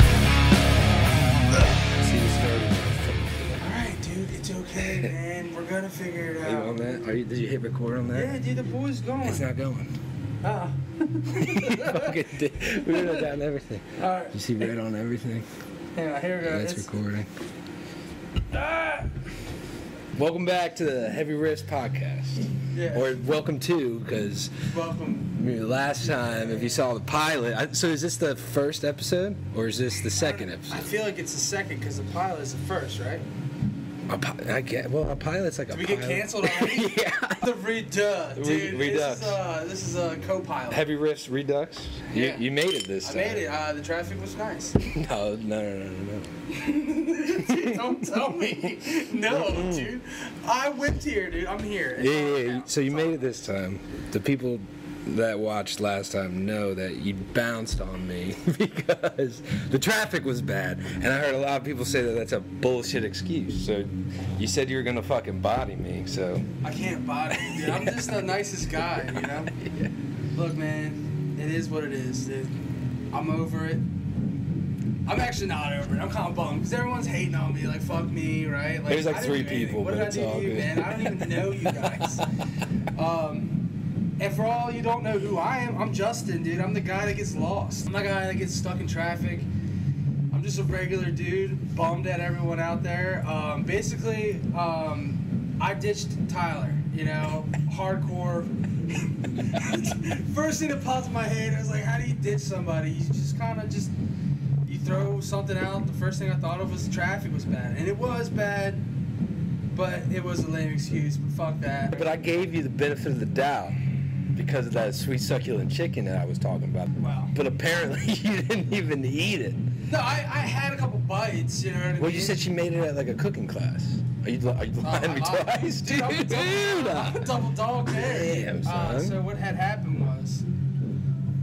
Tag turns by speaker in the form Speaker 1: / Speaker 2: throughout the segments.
Speaker 1: record on
Speaker 2: Yeah,
Speaker 1: that?
Speaker 2: dude, the pool's going.
Speaker 1: It's not going.
Speaker 2: Ah.
Speaker 1: Fucking dick. we wrote it down everything.
Speaker 2: All right.
Speaker 1: You see red on everything.
Speaker 2: Hang on, here we go.
Speaker 1: That's
Speaker 2: It's-
Speaker 1: recording.
Speaker 2: Ah!
Speaker 1: Welcome back to the Heavy Riffs podcast,
Speaker 2: Yeah.
Speaker 1: or welcome to, because
Speaker 2: welcome.
Speaker 1: last time, if you saw the pilot, I, so is this the first episode or is this the second
Speaker 2: I
Speaker 1: episode?
Speaker 2: feel like it's the second because the pilot is the first, right?
Speaker 1: A pi- I get well, a pilot's like a.
Speaker 2: Did we get
Speaker 1: pilot.
Speaker 2: canceled already?
Speaker 1: yeah.
Speaker 2: The reduh,
Speaker 1: Re-
Speaker 2: dude.
Speaker 1: redux.
Speaker 2: This is, uh, this is a co-pilot.
Speaker 1: Heavy Riffs Redux.
Speaker 2: Yeah.
Speaker 1: You, you made it this
Speaker 2: I
Speaker 1: time.
Speaker 2: made it. Uh, the traffic was nice.
Speaker 1: No, no, no, no, no. no.
Speaker 2: Dude, don't tell me. No, dude. I whipped here, dude. I'm here. It's
Speaker 1: Mm-hmm. Yeah,
Speaker 2: all
Speaker 1: yeah,
Speaker 2: right
Speaker 1: yeah.
Speaker 2: now.
Speaker 1: So you
Speaker 2: It's all
Speaker 1: made it this time. The people that watched last time know that you bounced on me because the traffic was bad, and I heard a lot of people say that that's a bullshit excuse. So you said you were gonna fucking body me. So
Speaker 2: I can't body you, dude. I'm just the nicest guy, you know? Look, man, it is what it is, dude. I'm over it. I'm actually not over it. I'm kind of bummed because everyone's hating on me, like, fuck me, right?
Speaker 1: There's, like,
Speaker 2: I didn't
Speaker 1: three
Speaker 2: do anything.
Speaker 1: people,
Speaker 2: What
Speaker 1: but it's
Speaker 2: did I do
Speaker 1: all
Speaker 2: to you,
Speaker 1: good.
Speaker 2: man? I don't even know you guys. um, and for all you don't know who I am, I'm Justin, dude. I'm the guy that gets lost. I'm the guy that gets stuck in traffic. I'm just a regular dude, bummed at everyone out there. Um, basically, um, I ditched Tyler, you know, hardcore. First thing that popped in my head, I was like, how do you ditch somebody? You just kind of just, you throw something out. The first thing I thought of was the traffic was bad. And it was bad, but it was a lame excuse, but fuck that.
Speaker 1: But I gave you the benefit of the doubt because of that sweet succulent chicken that I was talking about.
Speaker 2: Wow.
Speaker 1: But apparently you didn't even eat it.
Speaker 2: No, I, I had a couple bites, you know what I mean?
Speaker 1: Well, you said she made it at like a cooking class. Are you, are you
Speaker 2: Oh,
Speaker 1: lying to me
Speaker 2: I lied.
Speaker 1: twice,
Speaker 2: Dude,
Speaker 1: dude?
Speaker 2: I'm a double, I'm a double dog there.
Speaker 1: Damn,
Speaker 2: Uh,
Speaker 1: son.
Speaker 2: so what had happened was,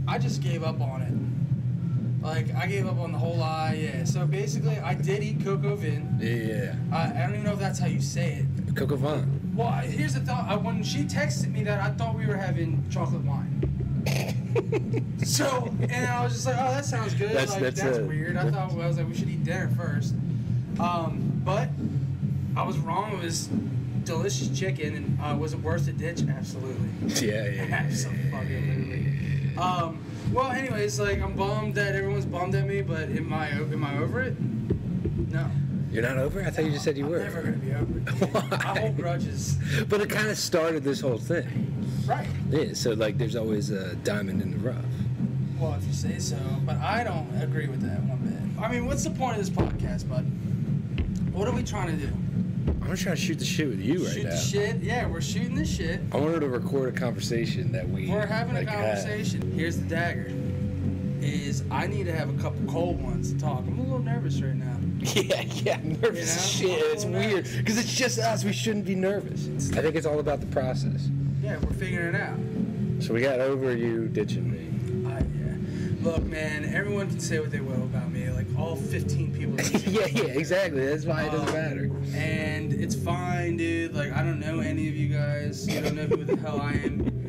Speaker 2: I just gave up on it. Like I gave up on the whole lie. Yeah. So basically, I did eat coco vin.
Speaker 1: Yeah.
Speaker 2: I, I don't even know if that's how you say it.
Speaker 1: Cook a vin.
Speaker 2: Well, I- here's the thought. I, when she texted me that, I thought we were having chocolate wine. so, and I was just like, oh, that sounds good.
Speaker 1: That's-
Speaker 2: like,
Speaker 1: that's
Speaker 2: that's,
Speaker 1: a-
Speaker 2: weird. I thought, well, I was like, we should eat dinner first. Um, but I was wrong. It was delicious chicken, and uh, was it worth the ditch? Absolutely.
Speaker 1: Yeah, yeah, yeah.
Speaker 2: Absolutely. Um, well, anyways, like, I'm bummed that everyone's bummed at me, but am I, am I over it? No.
Speaker 1: You're not over? I thought you just said you
Speaker 2: I'm
Speaker 1: were.
Speaker 2: never going to be over it. I
Speaker 1: Why?
Speaker 2: hold grudges.
Speaker 1: But it kind of started this whole thing.
Speaker 2: Right.
Speaker 1: Yeah, so like there's always a diamond in the rough.
Speaker 2: Well, if you say so, but I don't agree with that one bit. I mean, what's the point of this podcast, bud? What are we trying to do?
Speaker 1: I'm just trying to shoot the shit with you right
Speaker 2: Shoot
Speaker 1: now.
Speaker 2: the shit? Yeah, we're shooting the shit.
Speaker 1: I wanted to record a conversation that we.
Speaker 2: We're having
Speaker 1: like,
Speaker 2: a
Speaker 1: had.
Speaker 2: conversation. Here's the dagger. Is I need to have a couple cold ones to talk. I'm a little nervous right now.
Speaker 1: Yeah, yeah, I'm nervous as
Speaker 2: You know? Oh,
Speaker 1: shit. It's weird because it's just us. We shouldn't be nervous. I think it's all about the process.
Speaker 2: Yeah, we're figuring it out.
Speaker 1: So we got over you ditching me.
Speaker 2: I, yeah. Look, man, everyone can say what they will about me. Like all 15 people. that listen
Speaker 1: yeah, yeah, exactly. That's why it doesn't
Speaker 2: Um,
Speaker 1: matter.
Speaker 2: And it's fine, dude. Like, I don't know any of you guys. You don't know who the hell I am.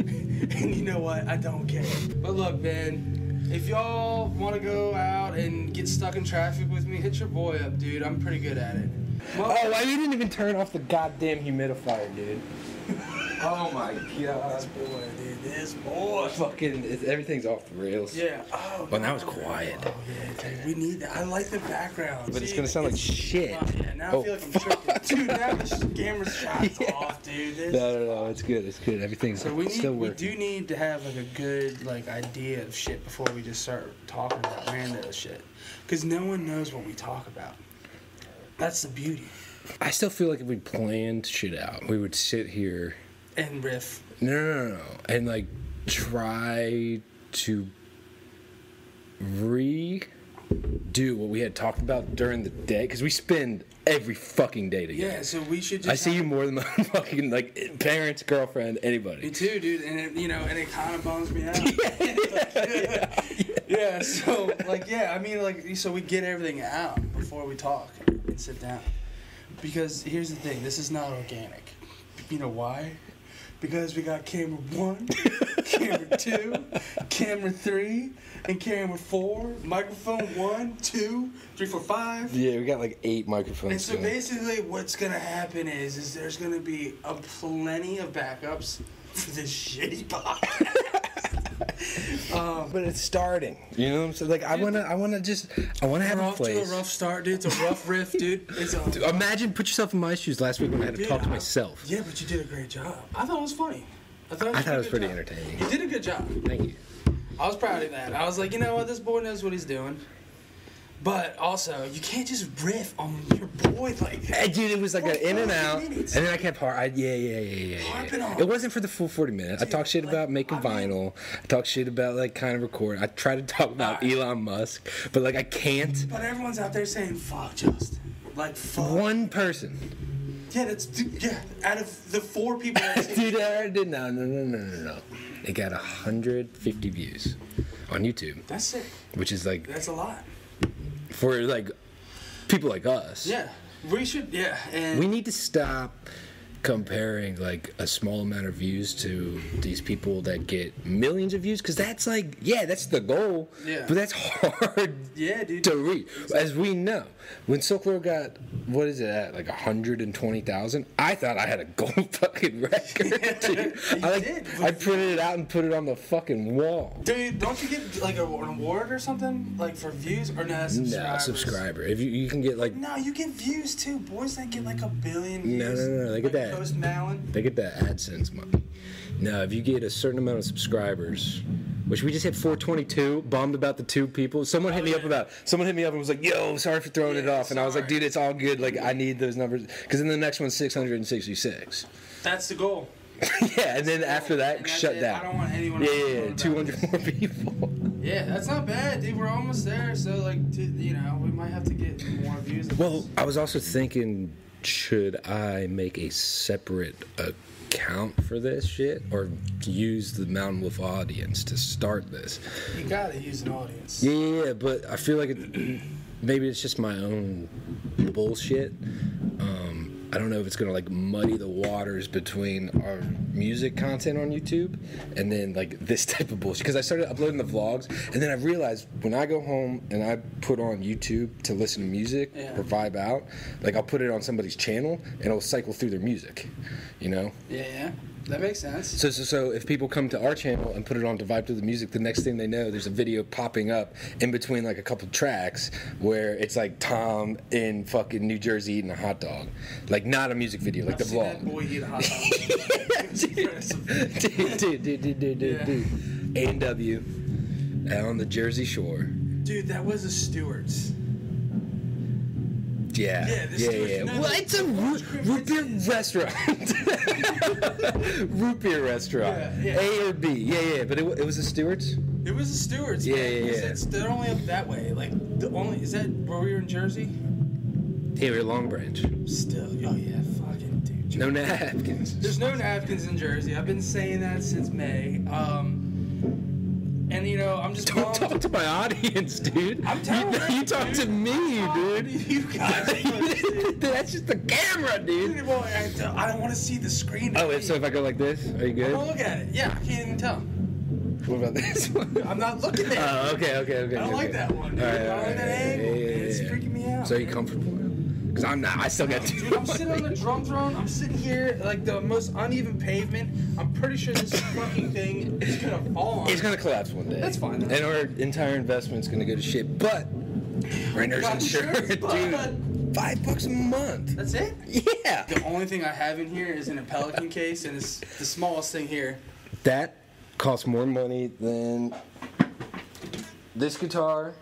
Speaker 2: and you know what? I don't care. But look, man, if y'all want to go out and get stuck in traffic with me, hit your boy up, dude. I'm pretty good at it. Well-
Speaker 1: Oh, why you didn't even turn off the goddamn humidifier, dude? oh my
Speaker 2: This
Speaker 1: god.
Speaker 2: boy, dude. This boy.
Speaker 1: Fucking, it's, everything's off the rails.
Speaker 2: Yeah. Oh,
Speaker 1: Well, now it's quiet.
Speaker 2: Oh, yeah, dude. We need that. I like the background.
Speaker 1: But it's
Speaker 2: See,
Speaker 1: gonna sound like shit.
Speaker 2: Oh, yeah, now
Speaker 1: Oh,
Speaker 2: I feel like I'm tripping. Dude, now the camera's shots
Speaker 1: Yeah.
Speaker 2: off, dude. This
Speaker 1: No, no, no, it's good, it's good. Everything's
Speaker 2: So we need,
Speaker 1: still
Speaker 2: we
Speaker 1: working.
Speaker 2: do need to have like a good like idea of shit before we just start talking about random shit, because no one knows what we talk about. That's the beauty.
Speaker 1: I still feel like if we planned shit out, we would sit here.
Speaker 2: And riff.
Speaker 1: No, no, no, no. And like try to redo what we had talked about during the day. Because we spend every fucking day together.
Speaker 2: Yeah. So we should just.
Speaker 1: I see
Speaker 2: have-
Speaker 1: you more than my fucking like parents, girlfriend,
Speaker 2: Me
Speaker 1: anybody.
Speaker 2: too, dude. And it, you know, and it kind of bums me out. yeah. So like, yeah. I mean, like, so we get everything out before we talk and sit down, because here's the thing: this is not organic. You know why? Because we got camera one, camera two, camera three, and camera four. Microphone one, two, three, four, five.
Speaker 1: Yeah, we got like eight microphones.
Speaker 2: And so
Speaker 1: going.
Speaker 2: basically, what's gonna happen is, is there's gonna be a plenty of backups, for this shitty podcast. um,
Speaker 1: But it's starting. You know what I'm saying? Like I wanna, I wanna just, I wanna have
Speaker 2: we're
Speaker 1: a
Speaker 2: off to a
Speaker 1: place.
Speaker 2: rough start, dude. It's a rough riff, dude. It's a,
Speaker 1: Imagine, put yourself in my shoes last week when I had to
Speaker 2: Dude,
Speaker 1: talk to
Speaker 2: I-
Speaker 1: myself.
Speaker 2: Yeah, but you did a great job. I thought it was funny. I thought
Speaker 1: I thought it was
Speaker 2: a
Speaker 1: pretty
Speaker 2: good job.
Speaker 1: entertaining.
Speaker 2: You did a good job.
Speaker 1: Thank you.
Speaker 2: I was proud of that. I was like, you know what, this boy knows what he's doing. But also, you can't just riff on your boy like that.
Speaker 1: Hey, dude, it was like
Speaker 2: For
Speaker 1: an in and
Speaker 2: 40
Speaker 1: out,
Speaker 2: minutes.
Speaker 1: and then I kept har I, yeah, yeah, yeah, yeah, yeah.
Speaker 2: Harping on.
Speaker 1: It wasn't for the full forty minutes. I
Speaker 2: Dude,
Speaker 1: talked shit
Speaker 2: like,
Speaker 1: about making
Speaker 2: I mean-
Speaker 1: vinyl. I talked shit about like kind of record. I tried to talk about
Speaker 2: Alright.
Speaker 1: Elon Musk, but like I can't.
Speaker 2: But everyone's out there saying, fuck Justin. Like, fuck.
Speaker 1: One person,
Speaker 2: Yeah, that's, dude, yeah, out of the four people that
Speaker 1: dude, I did no, no, no, no, no, no. It got hundred fifty views on YouTube,
Speaker 2: That's it.
Speaker 1: which is like
Speaker 2: That's a lot.
Speaker 1: for like people like us.
Speaker 2: Yeah. We should, yeah. And
Speaker 1: We need to stop comparing like a small amount of views to these people that get millions of views because that's like yeah that's the goal
Speaker 2: Yeah.
Speaker 1: but that's hard
Speaker 2: yeah, dude.
Speaker 1: to reach as we know when Silklo got what is it at like 120,000 I thought I had a gold fucking record dude.
Speaker 2: You
Speaker 1: I, like,
Speaker 2: did.
Speaker 1: I printed it out and put it on the fucking wall
Speaker 2: Dude, don't you get like a, an award or something? Like for views? Or no, that's
Speaker 1: no
Speaker 2: subscribers.
Speaker 1: subscriber if you, you can get like
Speaker 2: No, you get views too. Boys that get like a billion
Speaker 1: No,
Speaker 2: views.
Speaker 1: no, no, no, look at
Speaker 2: like
Speaker 1: that.
Speaker 2: Post Malin.
Speaker 1: They get that AdSense money. Now, if you get a certain amount of subscribers, which we just hit 422, bummed about the two people. Someone hit me up about. Someone hit me up and was like, "Yo, sorry for throwing it
Speaker 2: Yeah,
Speaker 1: off," and I was like,
Speaker 2: sorry.
Speaker 1: "Dude, it's all good. Like, I need those numbers because then the next one's 666.
Speaker 2: That's the goal.
Speaker 1: yeah, and then after that,
Speaker 2: And that's
Speaker 1: shut
Speaker 2: it. I don't
Speaker 1: down.
Speaker 2: want anyone.
Speaker 1: Yeah,
Speaker 2: else
Speaker 1: yeah,
Speaker 2: to
Speaker 1: yeah,
Speaker 2: know
Speaker 1: 200
Speaker 2: about
Speaker 1: more people.
Speaker 2: this. Yeah, that's not bad, dude. We're almost there. So like, dude, you know, we might have to get more views. than
Speaker 1: Well,
Speaker 2: this.
Speaker 1: I was also thinking, should I make a separate account for this shit, or use the Mountain Wolf audience to start this?
Speaker 2: you gotta use an audience.
Speaker 1: Yeah, yeah, yeah, but I feel like it, maybe it's just my own bullshit. Um, I don't know if it's gonna like muddy the waters between our music content on YouTube and then like this type of bullshit. Because I started uploading the vlogs, and then I realized when I go home and I put on YouTube to listen to music
Speaker 2: Yeah.
Speaker 1: or vibe out, like I'll put it on somebody's channel and it'll cycle through their music, you know.
Speaker 2: Yeah, yeah, that makes sense.
Speaker 1: So, so, so if people come to our channel and put it on to vibe to the music, the next thing they know, there's a video popping up in between like a couple tracks where it's like Tom in fucking New Jersey eating a hot dog, like not a music video, like
Speaker 2: I've
Speaker 1: the
Speaker 2: seen That
Speaker 1: vlog.
Speaker 2: boy eat a hot dog. It's impressive.
Speaker 1: dude, dude, dude, dude, dude, dude,
Speaker 2: Yeah.
Speaker 1: dude. A and W on the Jersey Shore.
Speaker 2: Dude, that was a Stewart's.
Speaker 1: Yeah,
Speaker 2: Yeah, this
Speaker 1: yeah,
Speaker 2: dude-
Speaker 1: yeah.
Speaker 2: no,
Speaker 1: well,
Speaker 2: no,
Speaker 1: it's a root, root beer restaurant. root beer restaurant.
Speaker 2: Yeah, yeah.
Speaker 1: A or B? Yeah, yeah. But it, wa- it was a Stewart's.
Speaker 2: It was a Stewart's.
Speaker 1: Yeah,
Speaker 2: man,
Speaker 1: yeah,
Speaker 2: 'cause
Speaker 1: yeah.
Speaker 2: It's, they're only up that way. Like the only is that where we were in Jersey.
Speaker 1: Yeah, we were Long Branch.
Speaker 2: Still, oh yeah, fucking dude.
Speaker 1: No napkins.
Speaker 2: There's no napkins in Jersey. I've been saying that since May. Um, and you know, I'm just
Speaker 1: Don't
Speaker 2: bummed.
Speaker 1: talk to my audience, dude.
Speaker 2: I'm telling
Speaker 1: you, you talk to me,
Speaker 2: Oh,
Speaker 1: dude.
Speaker 2: You guys. dude.
Speaker 1: That's just the camera, dude.
Speaker 2: Well, I don't- I don't want to see the screen.
Speaker 1: Oh, wait, so if I go like this, are you good?
Speaker 2: Don't look at it. Yeah, I can't even tell.
Speaker 1: What about this one?
Speaker 2: I'm not looking at it.
Speaker 1: Oh, okay, okay, okay.
Speaker 2: I don't like that one. Dude.
Speaker 1: All right,
Speaker 2: I don't
Speaker 1: all
Speaker 2: like
Speaker 1: right,
Speaker 2: that
Speaker 1: yeah,
Speaker 2: angle.
Speaker 1: yeah,
Speaker 2: man.
Speaker 1: yeah,
Speaker 2: It's
Speaker 1: yeah.
Speaker 2: freaking me out.
Speaker 1: So are you
Speaker 2: man.
Speaker 1: comfortable now? Because I'm not. I still got two.
Speaker 2: Dude, I'm sitting on the drum throne. I'm sitting here like the most uneven pavement. I'm pretty sure this fucking thing is gonna fall on.
Speaker 1: It's gonna collapse one day.
Speaker 2: That's fine.
Speaker 1: And our entire investment's gonna go to shit. But Renner's
Speaker 2: Got
Speaker 1: insurance,
Speaker 2: insurance, but-
Speaker 1: dude. Five bucks a month.
Speaker 2: That's it.
Speaker 1: Yeah.
Speaker 2: The only thing I have in here is in a pelican case, and it's the smallest thing here.
Speaker 1: That costs more money than this guitar.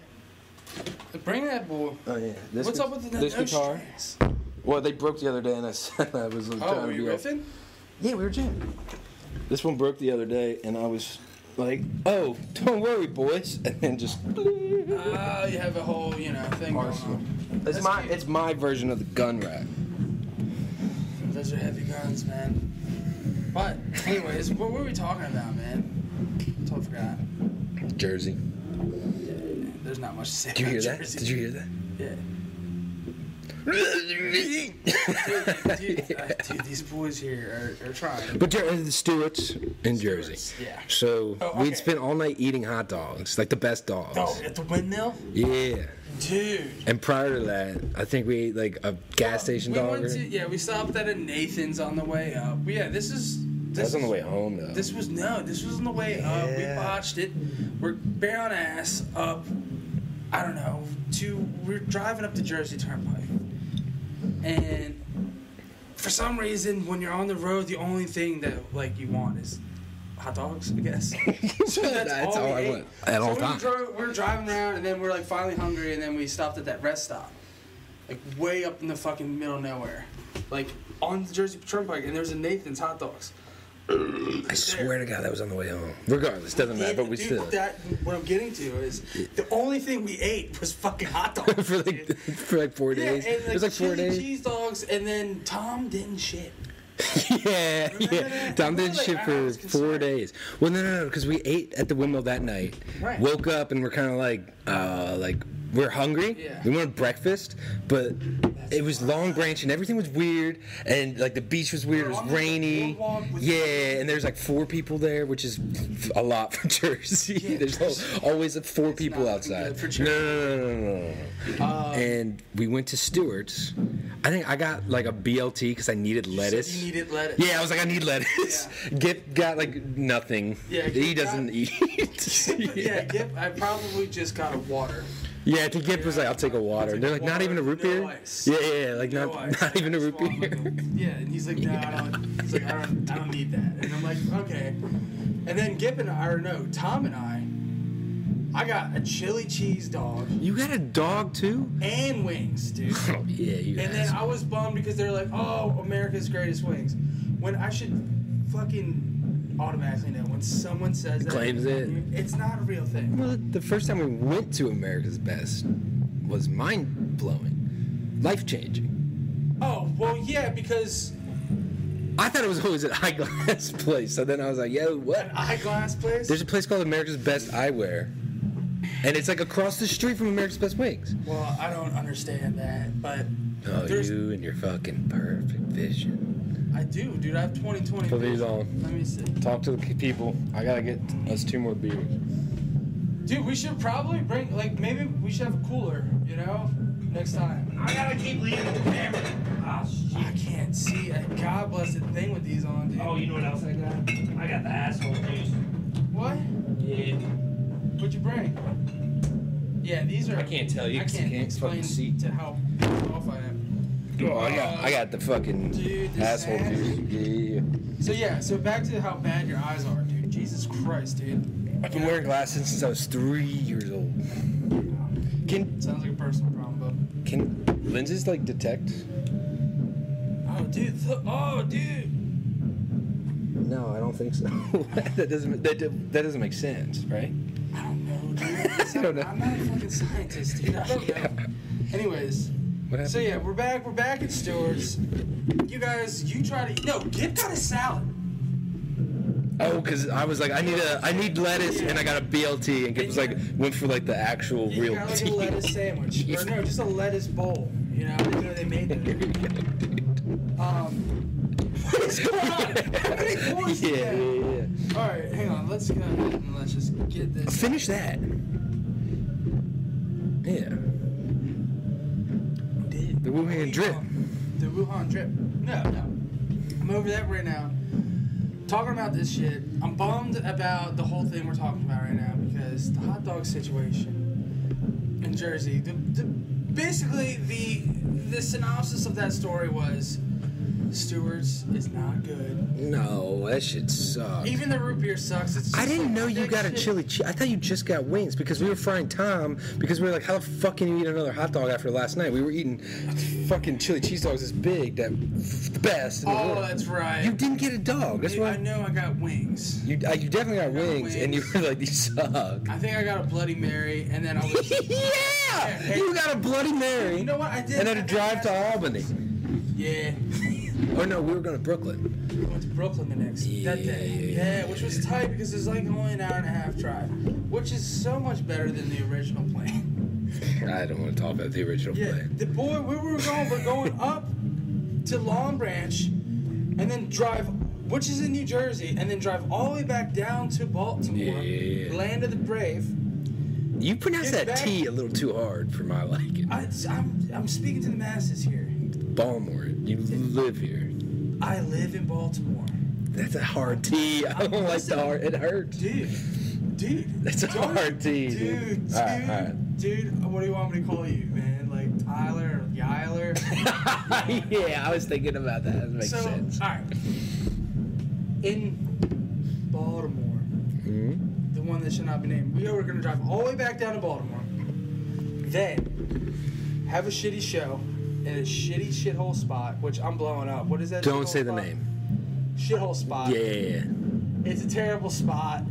Speaker 2: Bring that boy.
Speaker 1: Oh yeah. This
Speaker 2: What's
Speaker 1: gu-
Speaker 2: up with the
Speaker 1: this
Speaker 2: no
Speaker 1: guitar?
Speaker 2: strings?
Speaker 1: Well, they broke the other day, and I said I was like,
Speaker 2: Oh,
Speaker 1: trying
Speaker 2: were
Speaker 1: to
Speaker 2: you
Speaker 1: be like-
Speaker 2: riffing?
Speaker 1: Yeah, we were jamming. This one broke the other day, and I was like, "Oh, don't worry, boys," and then just.
Speaker 2: Ah, you have a whole, you know, thing going on.
Speaker 1: It's
Speaker 2: That's
Speaker 1: my
Speaker 2: cute.
Speaker 1: it's my version of the gun rack.
Speaker 2: Those are heavy guns, man. But, anyways, what were we talking about, man? Totally forgot.
Speaker 1: Jersey.
Speaker 2: There's not much to say
Speaker 1: Did you
Speaker 2: about
Speaker 1: hear that?
Speaker 2: Jersey.
Speaker 1: Did you hear that?
Speaker 2: Yeah. Dude, dude, uh, dude, these boys here are, are trying.
Speaker 1: But Jer- the Stewart's in Jersey.
Speaker 2: yeah.
Speaker 1: So
Speaker 2: Oh, okay.
Speaker 1: we'd spent all night eating hot dogs, like the best dogs.
Speaker 2: Oh, at the windmill?
Speaker 1: Yeah.
Speaker 2: Dude.
Speaker 1: And prior to that, I think we ate like a gas station
Speaker 2: Uh, we
Speaker 1: dog.
Speaker 2: went
Speaker 1: or-
Speaker 2: to yeah we stopped at a nathan's on the way up But yeah this is
Speaker 1: That's on the way home though.
Speaker 2: This was no, this was on the way up. We
Speaker 3: Yeah.
Speaker 2: botched it. We're bare on ass up. I don't know. To we're driving up the Jersey Turnpike, and for some reason, when you're on the road, the only thing that like you want is hot dogs, I guess. so that's,
Speaker 1: That's
Speaker 2: all,
Speaker 1: all
Speaker 2: we
Speaker 1: I
Speaker 2: ate.
Speaker 1: want at all
Speaker 2: so
Speaker 1: times.
Speaker 2: We drove, we're driving around, and then we're like finally hungry, and then we stopped at that rest stop, like way up in the fucking middle of nowhere, like on the Jersey Turnpike, and there's a Nathan's hot dogs.
Speaker 1: I swear to God, that was on the way home. Regardless, doesn't matter. But we
Speaker 2: Dude,
Speaker 1: still
Speaker 2: That, what I'm getting to is the only thing we ate was fucking hot dogs.
Speaker 1: for like
Speaker 2: dude.
Speaker 1: for like four
Speaker 2: yeah,
Speaker 1: days.
Speaker 2: and
Speaker 1: it was like four
Speaker 2: chili
Speaker 1: days.
Speaker 2: cheese dogs, and then Tom didn't shit.
Speaker 1: yeah,
Speaker 2: Remember
Speaker 1: yeah.
Speaker 2: that?
Speaker 1: Tom
Speaker 2: Remember,
Speaker 1: did
Speaker 2: like,
Speaker 1: shit
Speaker 2: I
Speaker 1: for
Speaker 2: was
Speaker 1: four
Speaker 2: concerned.
Speaker 1: days. Well, no, no, no, because we ate at the windmill that night.
Speaker 2: Right.
Speaker 1: Woke up and we're kind of like, uh, like we're hungry.
Speaker 2: Yeah.
Speaker 1: We wanted breakfast, but it was Long Branch and everything was weird, and like the beach was weird. It
Speaker 2: We're on
Speaker 1: was
Speaker 2: the
Speaker 1: rainy.
Speaker 2: boardwalk with-
Speaker 1: Yeah, and there's like four people there, which is a lot for Jersey.
Speaker 2: Yeah,
Speaker 1: there's al- always like four people
Speaker 2: not
Speaker 1: outside.
Speaker 2: good for Um,
Speaker 1: No, no, no, no, no, no, no and we went to Stewart's. I think I got like a BLT because I needed lettuce.
Speaker 2: you needed lettuce.
Speaker 1: Yeah, I was like, I need lettuce. Get got like nothing.
Speaker 2: Yeah,
Speaker 1: he
Speaker 2: Gip got-
Speaker 1: doesn't eat.
Speaker 2: But yeah, Gip, I probably just got a water.
Speaker 1: yeah, I think Gip was like, I'll take a water.
Speaker 2: I'll take
Speaker 1: They're
Speaker 2: a
Speaker 1: like, not even a
Speaker 2: water,
Speaker 1: root
Speaker 2: no
Speaker 1: beer.
Speaker 2: ice.
Speaker 1: Yeah, yeah, yeah, like
Speaker 2: No
Speaker 1: not
Speaker 2: ice.
Speaker 1: not even a
Speaker 2: I
Speaker 1: root
Speaker 2: just want, like,
Speaker 1: beer.
Speaker 2: a- yeah, and he's like, no, I don't. He's like, I don't, I don't need that. And I'm like, okay. And then Gip and I, or no, Tom and I, I got a chili cheese dog
Speaker 1: You got a dog too?
Speaker 2: and wings, dude.
Speaker 1: Oh, yeah, you
Speaker 2: And then
Speaker 1: guys.
Speaker 2: I was bummed because they're like, "Oh, America's greatest wings," when I should fucking automatically know when someone says that.
Speaker 1: Claims it.
Speaker 2: It's not a real thing.
Speaker 1: Well, the first time we went to America's Best was mind blowing, life changing.
Speaker 2: Oh well, yeah, because
Speaker 1: I thought it was always an eyeglass place, so then I was like, yo, what?
Speaker 2: an eyeglass place.
Speaker 1: There's a place called America's Best Eyewear, and it's like across the street from America's Best Wings.
Speaker 2: well, I don't understand that, but
Speaker 1: Oh,
Speaker 2: there's.
Speaker 1: you and your fucking perfect vision.
Speaker 2: I do, dude. I have 2020.
Speaker 1: Put these
Speaker 2: vision.
Speaker 1: on.
Speaker 2: Let me see.
Speaker 1: Talk to the people. I gotta get us two more beers.
Speaker 2: Dude, we should probably bring like maybe we should have a cooler, you know, next time.
Speaker 4: I gotta keep leaving the camera.
Speaker 2: I
Speaker 4: Oh shit.
Speaker 2: can't see a god bless the thing with these on, dude.
Speaker 4: Oh, you know what else I got? I got the asshole juice.
Speaker 2: What?
Speaker 4: Yeah.
Speaker 2: What'd you bring? Yeah, these are.
Speaker 4: I can't tell you
Speaker 2: I
Speaker 4: 'cause you
Speaker 2: can't,
Speaker 1: can't
Speaker 2: explain
Speaker 1: fucking see.
Speaker 2: to how off I am.
Speaker 1: Oh, I got, I got the fucking
Speaker 2: Dude, this
Speaker 1: asshole
Speaker 2: ass.
Speaker 1: juice. Yeah.
Speaker 2: So yeah, so back to how bad your eyes are, dude. Jesus Christ, dude.
Speaker 1: I've been wearing glasses since I was three years old. Can
Speaker 2: Sounds like a personal problem,
Speaker 1: can lenses like detect?
Speaker 2: but. Oh, dude. th- oh, dude.
Speaker 1: No, I don't think so. that doesn't that, do- that doesn't make sense, right?
Speaker 2: I don't know, dude. It's
Speaker 1: I don't know.
Speaker 2: I'm not a fucking scientist, dude. I don't know. Anyways.
Speaker 1: What happened?
Speaker 2: So yeah, we're back. We're back at Stewart's. You guys, you try to no. Get got a salad.
Speaker 1: Oh, because I was like, I need a, I need lettuce, and I got a BLT, and Kip was like, went for like the actual
Speaker 2: You
Speaker 1: real
Speaker 2: got like a
Speaker 1: tea.
Speaker 2: lettuce sandwich, or no, just a lettuce bowl. You know, you know they made that. Um, what is going on? How many points
Speaker 1: yeah,
Speaker 2: is
Speaker 1: yeah,
Speaker 2: that?
Speaker 1: yeah.
Speaker 2: All right, hang on. Let's go ahead and let's just get this.
Speaker 1: Finish that. Yeah.
Speaker 2: Did.
Speaker 1: The Wuhan drip.
Speaker 2: The Wuhan drip. No, no. I'm over that right now. Talking about this shit, I'm bummed about the whole thing we're talking about right now because the hot dog situation in Jersey. The, the basically the the synopsis of that story was Stewart's is not good.
Speaker 1: No, that shit sucks.
Speaker 2: Even the root beer sucks. It's just
Speaker 1: I didn't
Speaker 2: like,
Speaker 1: know you
Speaker 2: that
Speaker 1: got a
Speaker 2: shit-
Speaker 1: chili cheese. I thought you just got wings because we were frying Tom because we were like, how the fuck can you eat another hot dog after last night? We were eating fucking chili cheese dogs this big, that the best in the
Speaker 2: Oh,
Speaker 1: world.
Speaker 2: that's right.
Speaker 1: you didn't get a dog. That's
Speaker 2: Dude,
Speaker 1: why
Speaker 2: I know I got wings.
Speaker 1: you, uh, you definitely got
Speaker 2: got
Speaker 1: wings, and you
Speaker 2: wings.
Speaker 1: were like, these suck.
Speaker 2: I think I got a Bloody Mary, and then I was.
Speaker 1: yeah,
Speaker 2: hey.
Speaker 1: you got a Bloody Mary.
Speaker 2: You know what I did?
Speaker 1: And then a drive to Albany.
Speaker 2: Yeah.
Speaker 1: Oh no, we were going to Brooklyn.
Speaker 2: We went to Brooklyn the next that day.
Speaker 1: Yeah.
Speaker 2: Yeah, which was tight because it's like only an hour and a half drive, which is so much better than the original plan.
Speaker 1: I don't want to talk about the original
Speaker 2: Yeah.
Speaker 1: plan.
Speaker 2: The boy, where we were going, we're going up to Long Branch, and then drive, which is in New Jersey, and then drive all the way back down to Baltimore,
Speaker 1: Yeah.
Speaker 2: land of the brave.
Speaker 1: You pronounce
Speaker 2: Get
Speaker 1: that
Speaker 2: back-
Speaker 1: T a little too hard for my liking.
Speaker 2: I, I'm, I'm speaking to the masses here.
Speaker 1: Baltimore, you live here.
Speaker 2: I live in Baltimore.
Speaker 1: That's a hard T. I don't like the hard. It hurts.
Speaker 2: Dude, dude.
Speaker 1: That's a
Speaker 2: don't-
Speaker 1: hard T, dude.
Speaker 2: Dude, dude,
Speaker 1: All right, all right.
Speaker 2: dude, what do you want me to call you, man? Like Tyler or Yiler?
Speaker 1: yeah, I was thinking about that. That makes
Speaker 2: so,
Speaker 1: sense.
Speaker 2: all right. In Baltimore,
Speaker 1: Mhm.
Speaker 2: the one that should not be named, we are going to drive all the way back down to Baltimore. Then, have a shitty show in a shitty shithole spot, which I'm blowing up. What is that?
Speaker 1: Don't
Speaker 2: shithole
Speaker 1: say the
Speaker 2: spot?
Speaker 1: name.
Speaker 2: Shithole spot.
Speaker 1: Yeah, yeah, yeah.
Speaker 2: It's a terrible spot.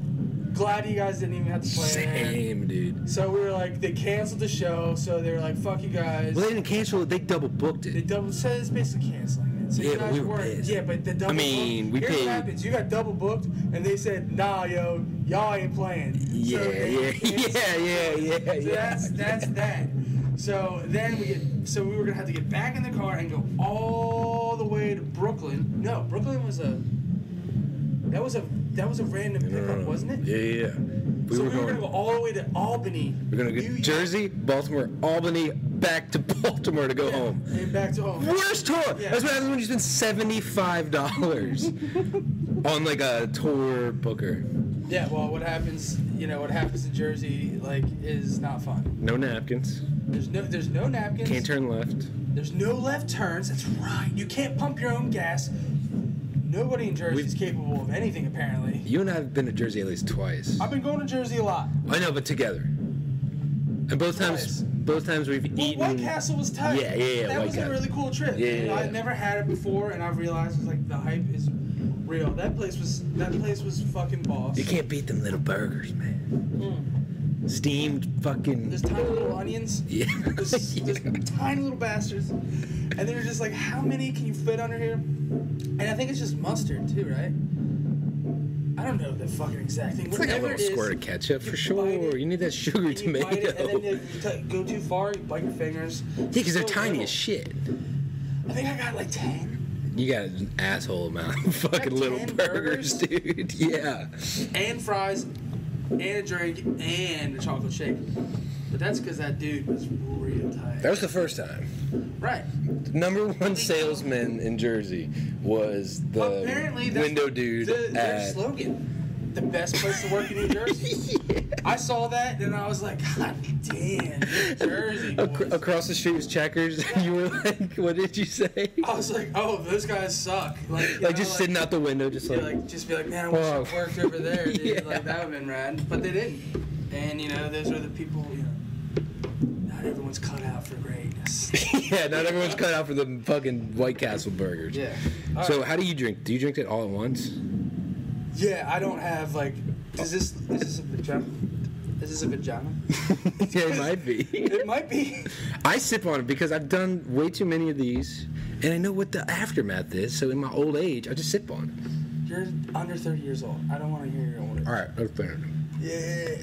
Speaker 2: Glad you guys didn't even have to play there.
Speaker 1: Same, dude.
Speaker 2: So we were like, they canceled the show, so they were like, fuck you guys.
Speaker 1: Well, they didn't cancel it. They double booked
Speaker 2: They
Speaker 1: it.
Speaker 2: double so it's basically canceling it. So
Speaker 1: Yeah,
Speaker 2: you
Speaker 1: but
Speaker 2: guys
Speaker 1: we were
Speaker 2: weren't-
Speaker 1: pissed.
Speaker 2: Yeah, but the double.
Speaker 1: mean,
Speaker 2: booked-
Speaker 1: we
Speaker 2: here's
Speaker 1: paid-
Speaker 2: What happens. You got double booked, and they said, "Nah, yo, y'all ain't playing." So
Speaker 1: Yeah, yeah,
Speaker 2: they canceled.
Speaker 1: yeah, yeah, yeah,
Speaker 2: So
Speaker 1: yeah.
Speaker 2: that's that's that. So then we get. So we were gonna have to get back in the car and go all the way to Brooklyn. No, Brooklyn was a. That was a that was a random
Speaker 1: No, no,
Speaker 2: pickup,
Speaker 1: no.
Speaker 2: wasn't it?
Speaker 1: Yeah, yeah. yeah. We
Speaker 2: so
Speaker 1: were going.
Speaker 2: gonna go all the way to Albany.
Speaker 1: we're gonna
Speaker 2: New
Speaker 1: get
Speaker 2: York,
Speaker 1: Jersey, Baltimore, Albany, back to Baltimore to go home.
Speaker 2: and back to home.
Speaker 1: Worst tour.
Speaker 2: Yeah.
Speaker 1: That's what happens when you spend seventy-five dollars on like a tour booker.
Speaker 2: Yeah, well, what happens, you know, what happens in Jersey, like, is not fun.
Speaker 1: No napkins.
Speaker 2: There's no, there's no napkins.
Speaker 1: Can't turn left.
Speaker 2: There's no left turns. That's right. You can't pump your own gas. Nobody in Jersey is capable of anything, apparently.
Speaker 1: You and I have been to Jersey at least twice.
Speaker 2: I've been going to Jersey a lot.
Speaker 1: I know, but together. And both times,
Speaker 2: Twice.
Speaker 1: both times we've
Speaker 2: Well,
Speaker 1: eaten.
Speaker 2: White Castle was tight.
Speaker 1: Yeah, yeah, yeah,
Speaker 2: That
Speaker 1: White
Speaker 2: was
Speaker 1: Castle.
Speaker 2: a really cool trip.
Speaker 1: Yeah,
Speaker 2: and
Speaker 1: yeah, yeah.
Speaker 2: I'd never had it before, and I realized like the hype is real. That place was that place was fucking boss.
Speaker 1: You can't beat them little burgers, man.
Speaker 2: Hmm.
Speaker 1: Steamed fucking.
Speaker 2: There's tiny little onions.
Speaker 1: Yeah.
Speaker 2: There's, there's tiny little bastards. And they're just like, how many can you fit under here? And I think it's just mustard too, right? I don't know the fucking exact thing.
Speaker 1: It's like a
Speaker 2: Whatever
Speaker 1: little
Speaker 2: it is,
Speaker 1: squirt of ketchup
Speaker 2: you
Speaker 1: for
Speaker 2: bite it,
Speaker 1: sure. You need that sugar
Speaker 2: and you
Speaker 1: tomato.
Speaker 2: bite it, and then if you t- go too far, you bite your fingers.
Speaker 1: yeah, because they're
Speaker 2: So
Speaker 1: tiny
Speaker 2: little.
Speaker 1: as shit.
Speaker 2: I think I got like ten,
Speaker 1: You got an asshole amount of fucking little
Speaker 2: 10
Speaker 1: burgers,
Speaker 2: burgers?
Speaker 1: dude. Yeah.
Speaker 2: and fries, and a drink, and a chocolate shake. But that's because that dude was real tired.
Speaker 1: That was the first time.
Speaker 2: right.
Speaker 1: Number one salesman in Jersey was the
Speaker 2: Apparently, that's
Speaker 1: window dude
Speaker 2: The, their
Speaker 1: at
Speaker 2: slogan: the best place to work in New Jersey. I saw that and I was like, God damn, New Jersey.
Speaker 1: Ac-
Speaker 2: boys."
Speaker 1: across the street was Checkers. you were like, what did you say?
Speaker 2: I was like, oh, those guys suck. Like, you know,
Speaker 1: Like just sitting out the window, just
Speaker 2: Yeah,
Speaker 1: like,
Speaker 2: like just be like, man, I wish I
Speaker 1: Whoa.
Speaker 2: worked over there, dude.
Speaker 1: Yeah.
Speaker 2: Like that would've been rad, but they didn't. And you know, those are the people. You know, not everyone's cut out for greatness.
Speaker 1: yeah. Not everyone's cut out for the fucking White Castle burgers.
Speaker 2: yeah.
Speaker 1: So how do you drink? Do you drink it all at once?
Speaker 2: yeah, I don't have like. Is this is this a vagina? Is this a vagina?
Speaker 1: yeah, it might be.
Speaker 2: It might be.
Speaker 1: I sip on it because I've done way too many of these, and I know what the aftermath is. So in my old age, I just sip on. it.
Speaker 2: You're under 30 years old. I don't want to hear your old.
Speaker 1: All right, that's fair enough.
Speaker 2: Yeah.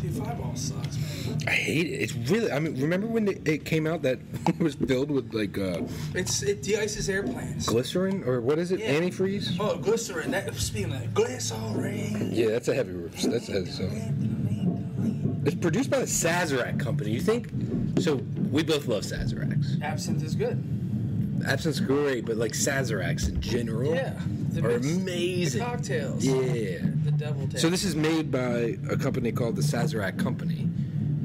Speaker 2: Dude, Fireball sucks, man.
Speaker 1: I hate it. It's really. I mean, remember when it- it came out that it was filled with like uh,
Speaker 2: It's it de-ices airplanes.
Speaker 1: glycerin or what is it?
Speaker 2: Yeah.
Speaker 1: Antifreeze.
Speaker 2: Oh, glycerin. That speaking of that, glycerin.
Speaker 1: Yeah, that's a heavy. That's a heavy stuff. It's produced by the Sazerac company. You think? So we both love Sazeracs.
Speaker 2: Absinthe is good.
Speaker 1: Absinthe great, but like Sazeracs in general
Speaker 2: Yeah, the
Speaker 1: are
Speaker 2: mixed-
Speaker 1: amazing.
Speaker 2: The cocktails.
Speaker 1: yeah.
Speaker 2: The devil tail.
Speaker 1: So this is made by a company called the Sazerac Company.